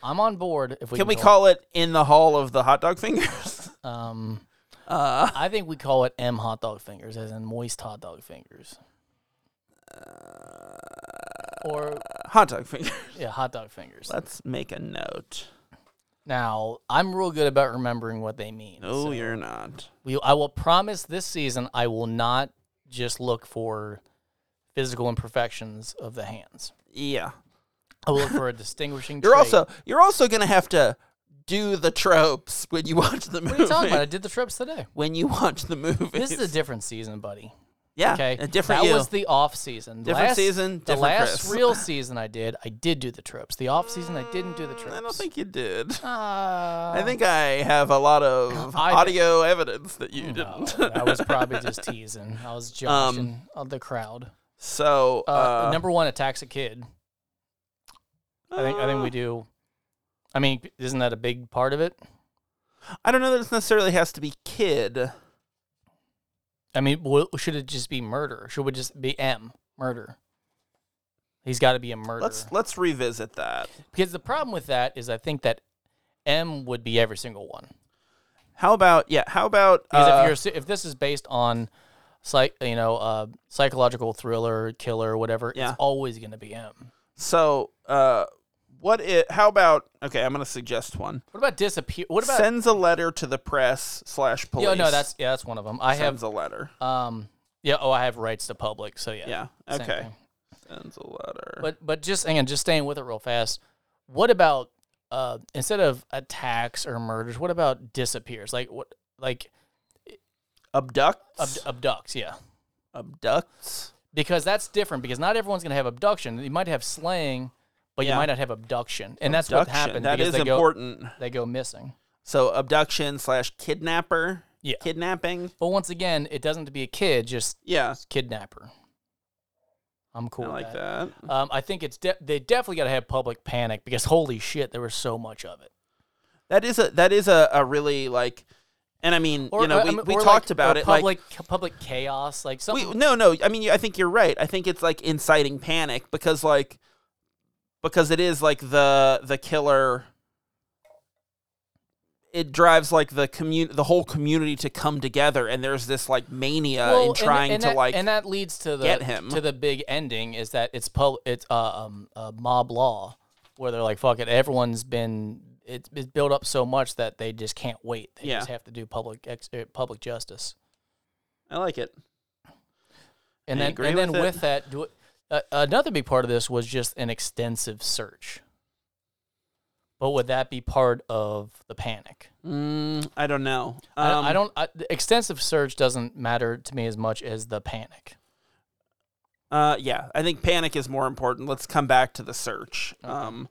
I'm on board. If we
can we call it in the Hall of the Hot Dog Fingers? [LAUGHS]
it, um,
Uh,
I think we call it M hot dog fingers, as in moist hot dog fingers,
Uh.
or
hot dog fingers.
yeah, hot dog fingers.
Let's make a note.
Now, I'm real good about remembering what they mean.
No,
so
Oh, you're not.
we, I will promise this season I will not just look for physical imperfections of the hands.
Yeah.
I will
[LAUGHS]
look for a distinguishing.
You're
trait.
also you're also gonna have to do the tropes when you watch the movie.
[LAUGHS] What are you
[LAUGHS]
talking about? I did the trips today.
When you watch the movie.
This is a different season, buddy.
[LAUGHS] yeah,
Okay,
a different
That
you.
was the off season. The
different
last,
season,
The
different
last
Chris. [LAUGHS]
real season I did, I did do the tropes. The off season, I didn't do the
Mm,
tropes.
I don't think you did.
Uh,
I think I have a lot of
I-
audio evidence that you
no,
didn't. [LAUGHS]
I was probably just teasing. I was joshing of the crowd.
so
Uh,
uh,
number one attacks a kid. I think. I think
uh,
we do. I mean, isn't that a big part of it?
I don't know that it necessarily has to be kid.
I mean, w- should it just be murder? Should it just be M murder? He's got to be a murderer.
Let's let's revisit that.
because the problem with that is, I think that M would be every single one.
How about yeah? How about
Because
uh,
if you're if this is based on psych, you know, uh, psychological thriller, killer, whatever,
Yeah.
it's always going to be him.
So, uh, what it? How about? Okay, I'm gonna suggest one.
What about disappear? What about?
Sends a letter to the press slash police.
yeah, no, that's yeah, that's one of them. I
sends
have
a letter.
um, yeah, oh, I have rights to public, so yeah,
Yeah.
same
Okay.
thing.
Sends a letter.
But but just again, just staying with it real fast. What about uh, instead of attacks or murders, what about disappears? Like what? Like
abducts.
ab- abducts? Yeah.
abducts.
because that's different because not everyone's going to have abduction. You might have slaying, but
Yeah.
you might not have abduction. And that's what
Abduction.
happened
That
because
is
they go
important.
they go missing.
So abduction slash kidnapper.
Yeah.
Kidnapping.
But once again, it doesn't have to be a kid, just
Yeah.
kidnapper. I'm cool.
I
with
like
that.
that.
Um, I think it's de- they definitely got to have public panic because holy shit, there was so much of it.
That is a that is a, a really like, and I mean you know
I
we,
mean,
we
or
talked
like-
about
or
it like
public public chaos, like
we,
something.
no no I mean you- I think you're right I think it's like inciting panic because like because it is like the the killer. It drives like the commun the whole community to come together, and there's this like mania
Well,
uh, in
and-
trying
and
to
that-
like
and that leads to the
get him.
to the big ending is that it's pub it's uh, um uh, mob law where they're like fuck it everyone's been it's, it's built up so much that they just can't wait they
Yeah.
just have to do public ex- uh, public justice
I like it.
and
I
then
agree
and then
with it.
with that do it, uh, another big part of this was just an extensive search but would that be part of the panic
Mm, I don't know.
I-
Um,
I, don't I, the extensive search doesn't matter to me as much as the panic
Uh, yeah, I think panic is more important. Let's come back to the search. Um,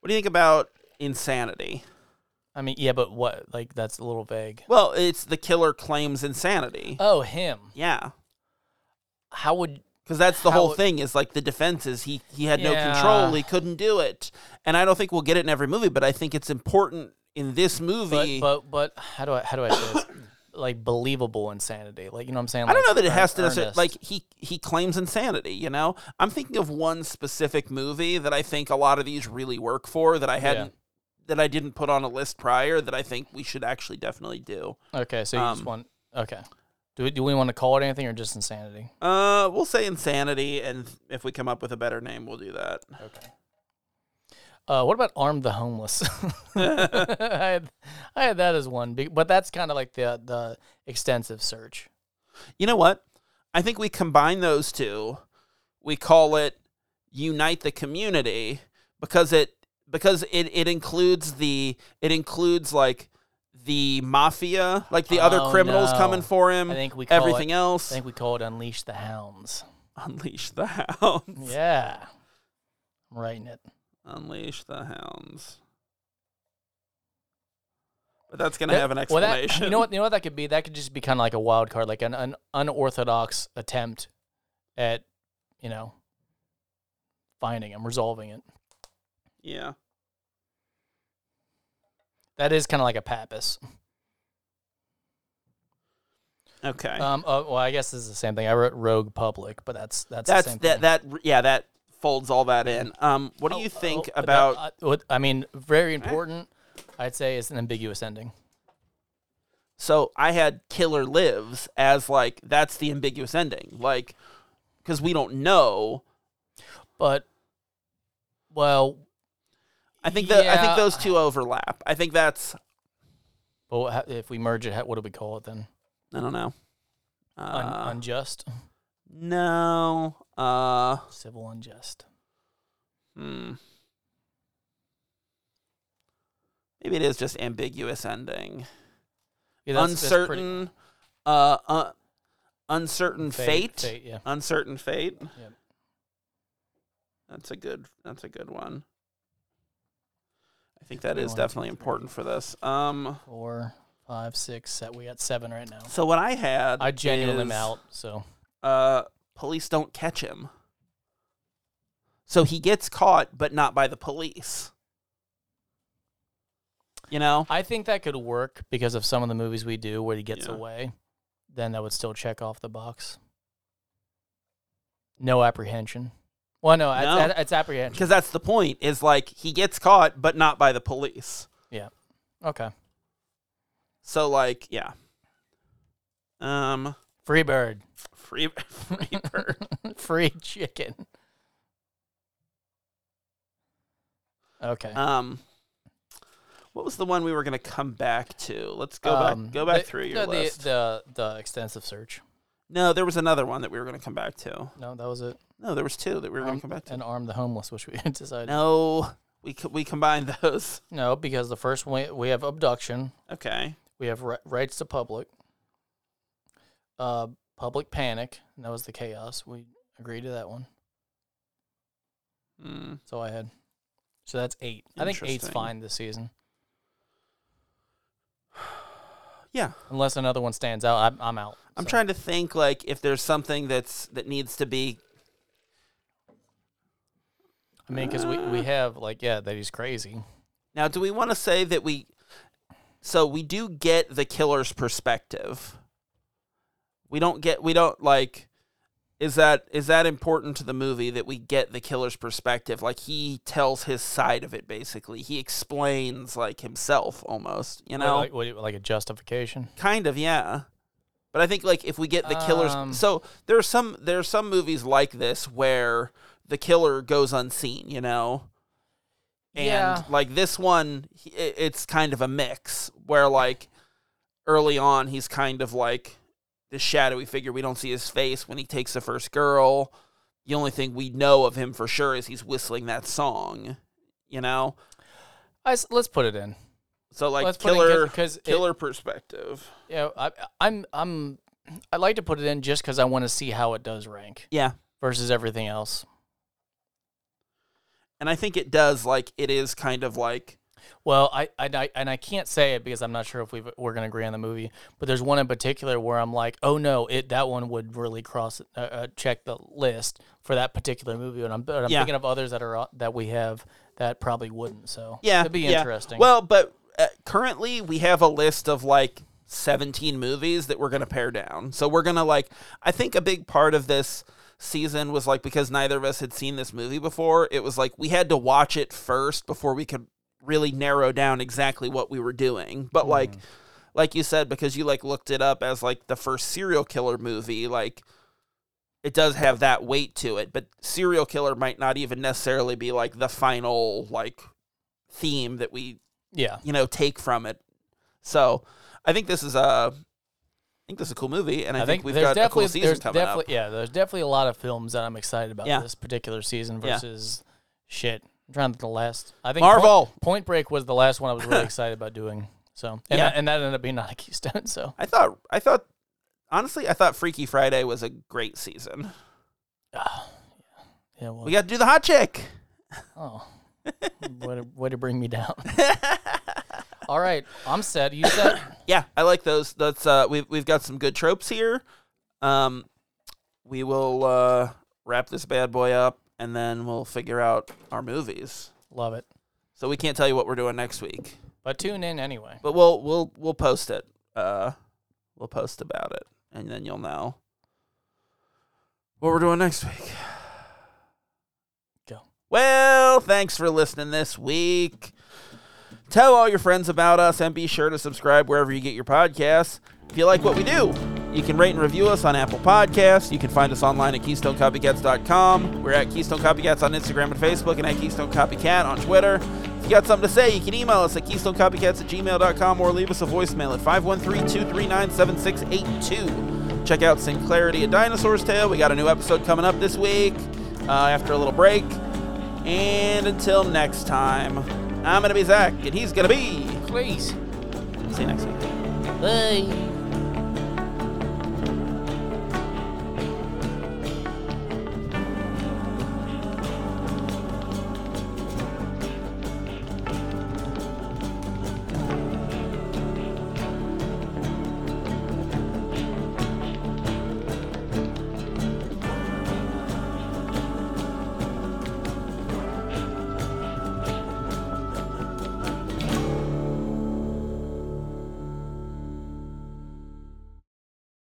what do you think about insanity?
I mean yeah but what like that's a little vague
Well, it's the killer claims insanity.
Oh, him.
yeah,
How would
because that's the
how
whole
it-
thing. Is like the defenses. He he had no
Yeah.
control. He couldn't do it. And I don't think we'll get it in every movie, but I think it's important in this
but
movie.
but but how do I how do I say this? [COUGHS] like believable insanity? Like you know what I'm saying?
I don't
Like,
know that it
ear-
has to necessarily
earnest.
like he he claims insanity. You know, I'm thinking of one specific movie that I think a lot of these really work for that I hadn't that I didn't put on a list prior that I think we should actually definitely do.
Okay, so you just
um,
want okay. Do we, do we want to call it anything or just insanity?
Uh, we'll say insanity, and if we come up with a better name, we'll do that.
Okay. Uh, what about armed the homeless? [LAUGHS] I had I had that as one, big, but that's kind of like the the extensive search.
You know what? I think we combine those two. We call it unite the community because it because it it includes the it includes like the mafia, like the other
Oh,
criminals
no.
coming for him.
I think we call
Mm, everything
It,
else.
I think we call it unleash the hounds.
[LAUGHS] Unleash the hounds.
Yeah, I'm writing it.
Unleash the hounds. But that's gonna
That-
have an
well, that-
explanation.
you know what? You know what that could be. That could just be kind of like a wild card, like an, an unorthodox attempt at, you know, finding him, resolving it.
[LAUGHS] Yeah.
That is kind of like a Pappas.
Okay.
Um. Uh, well, I guess this is the same thing. I wrote Rogue Public, but that's that's the
that's
same
that
thing.
that yeah that folds all that in. Um, what do
Oh,
you think
oh, but
about?
that- uh, what- I mean, very important. I'd say it's an ambiguous ending.
So I had Killer Lives as like that's the ambiguous ending, like because we don't know.
But, well,
I think that I
Yeah.
think those two overlap. I think that's
but what ha- if we merge it, ha- what do we call it then?
I don't know.
Un-
Uh,
unjust,
no. Uh,
civil unjust.
hmm. Maybe it is just ambiguous ending.
Yeah, that's- that's pretty-
uncertain. uh, uh, uncertain fate.
fate. Yeah.
Uncertain fate.
Yep.
That's a good. That's a good one. I think that
We
is
want to
definitely
three.
important for this. Um.
four, five, six, seven. We got seven right now.
So what I had,
I genuinely am
is,
out. So
Uh, police don't catch him. So he gets caught, but not by the police. You know.
I think that could work because of some of the movies we do where he gets
Yeah.
away. Then that would still check off the box. No apprehension. Well, no,
No.
It's, it's apprehension.
Because that's the point. Is like he gets caught, but not by the police.
Okay.
So like, yeah. Um,
Free bird.
free, [LAUGHS] free bird.
[LAUGHS] Free chicken. Okay.
Um, what was the one we were going to come back to? Let's go
Um,
back. Go back
the-
through your
no, the,
list.
The, the extensive search.
no, there was another one that we were going to come back to.
No, that was it.
No, there was two that we were going
Um,
to come back to.
And arm the homeless, which we [LAUGHS] decided.
No, we co- we combined those. [LAUGHS]
No, because the first one we, we have abduction,
Okay.
we have ri- rights to public, uh, public panic, and that was the chaos. We agreed to that one.
Mm.
That's all I had. So that's eight. I think eight's
Interesting.
fine this season.
[SIGHS] Yeah.
Unless another one stands out, I'm, I'm out.
I'm
So-
trying to think like if there's something that's that needs to be
I mean, because we,
uh,
we have like yeah that he's crazy.
Now, do we want to say that we? So we do get the killer's perspective. We don't get. We don't like. Is that is that important to the movie that we get the killer's perspective? Like he tells his side of it. Basically, he explains like himself almost. You know,
like, what, like a justification.
kind of yeah. But I think like if we get the killer's
Um.
so there are some there are some movies like this where the killer goes unseen. You know, and
yeah,
like this one he- i- it's kind of a mix where like early on he's kind of like this shadowy figure we don't see his face when he takes the first girl the only thing we know of him for sure is he's whistling that song you know
I s let's put it in.
so like
let's
killer
because
killer perspective
yeah, I, I'm I'm I like to put it in just because I want to see how it does rank
yeah
versus everything else.
and i think it does like it is kind of like
Well, I, I, I- and I can't say it because I'm not sure if we we're going to agree on the movie. But there's one in particular where I'm like, oh no, it that one would really cross uh, uh, check the list for that particular movie. And I'm, but I'm
Yeah.
thinking of others that are on- that we have that probably wouldn't. So
yeah
it'd be
yeah.
interesting.
well but uh, currently we have a list of like 17 movies that we're going to pare down so we're going to like i think a big part of this season was like because neither of us had seen this movie before it was like we had to watch it first before we could really narrow down exactly what we were doing
Hmm.
but like like you said because you like looked it up as like the first serial killer movie like it does have that weight to it but serial killer might not even necessarily be like the final like theme that we
yeah,
you know take from it. So I think this is a, I think this is a cool movie, and I,
I,
think,
think,
we've
there's
got a
definitely
cool season
there's
coming
definitely yeah there's definitely a lot of films that I'm excited about
Yeah.
this particular season
Yeah.
versus shit. I'm trying to think the last. I
up.
think Point-
Marvel.
Point Break was the last one I
[LAUGHS]
was really excited about doing. So and,
Yeah.
that, and that ended up being not a keystone. [LAUGHS] So
I thought I thought honestly I thought Freaky Friday was a great season.
Ah, yeah, well,
We got to do the hot chick.
oh, way to, way to bring me down. All right, I'm set. You set?
Yeah, I like those. That's uh, we've we've got some good tropes here. Um, we will uh, wrap this bad boy up, and then we'll figure out our movies.
Love it.
So we can't tell you what we're doing next week.
But tune in anyway.
But we'll we'll we'll post it. Uh, we'll post about it, and then you'll know what we're doing next week.
Go.
Well, thanks for listening this week. Tell all your friends about us, and be sure to subscribe wherever you get your podcasts. If you like what we do, you can rate and review us on Apple Podcasts. You can find us online at KeystoneCopycats.com. We're at Keystone Copycats on Instagram and Facebook, and at Keystone Copycat on Twitter. If you got something to say, you can email us at KeystoneCopycats at gmail.com or leave us a voicemail at 513 239 7682. Check out Sinclarity, A Dinosaur's Tale. We got a new episode coming up this week uh, after a little break. And until next time, I'm going to be Zach, and he's going to be.
Please.
See you next week.
Bye.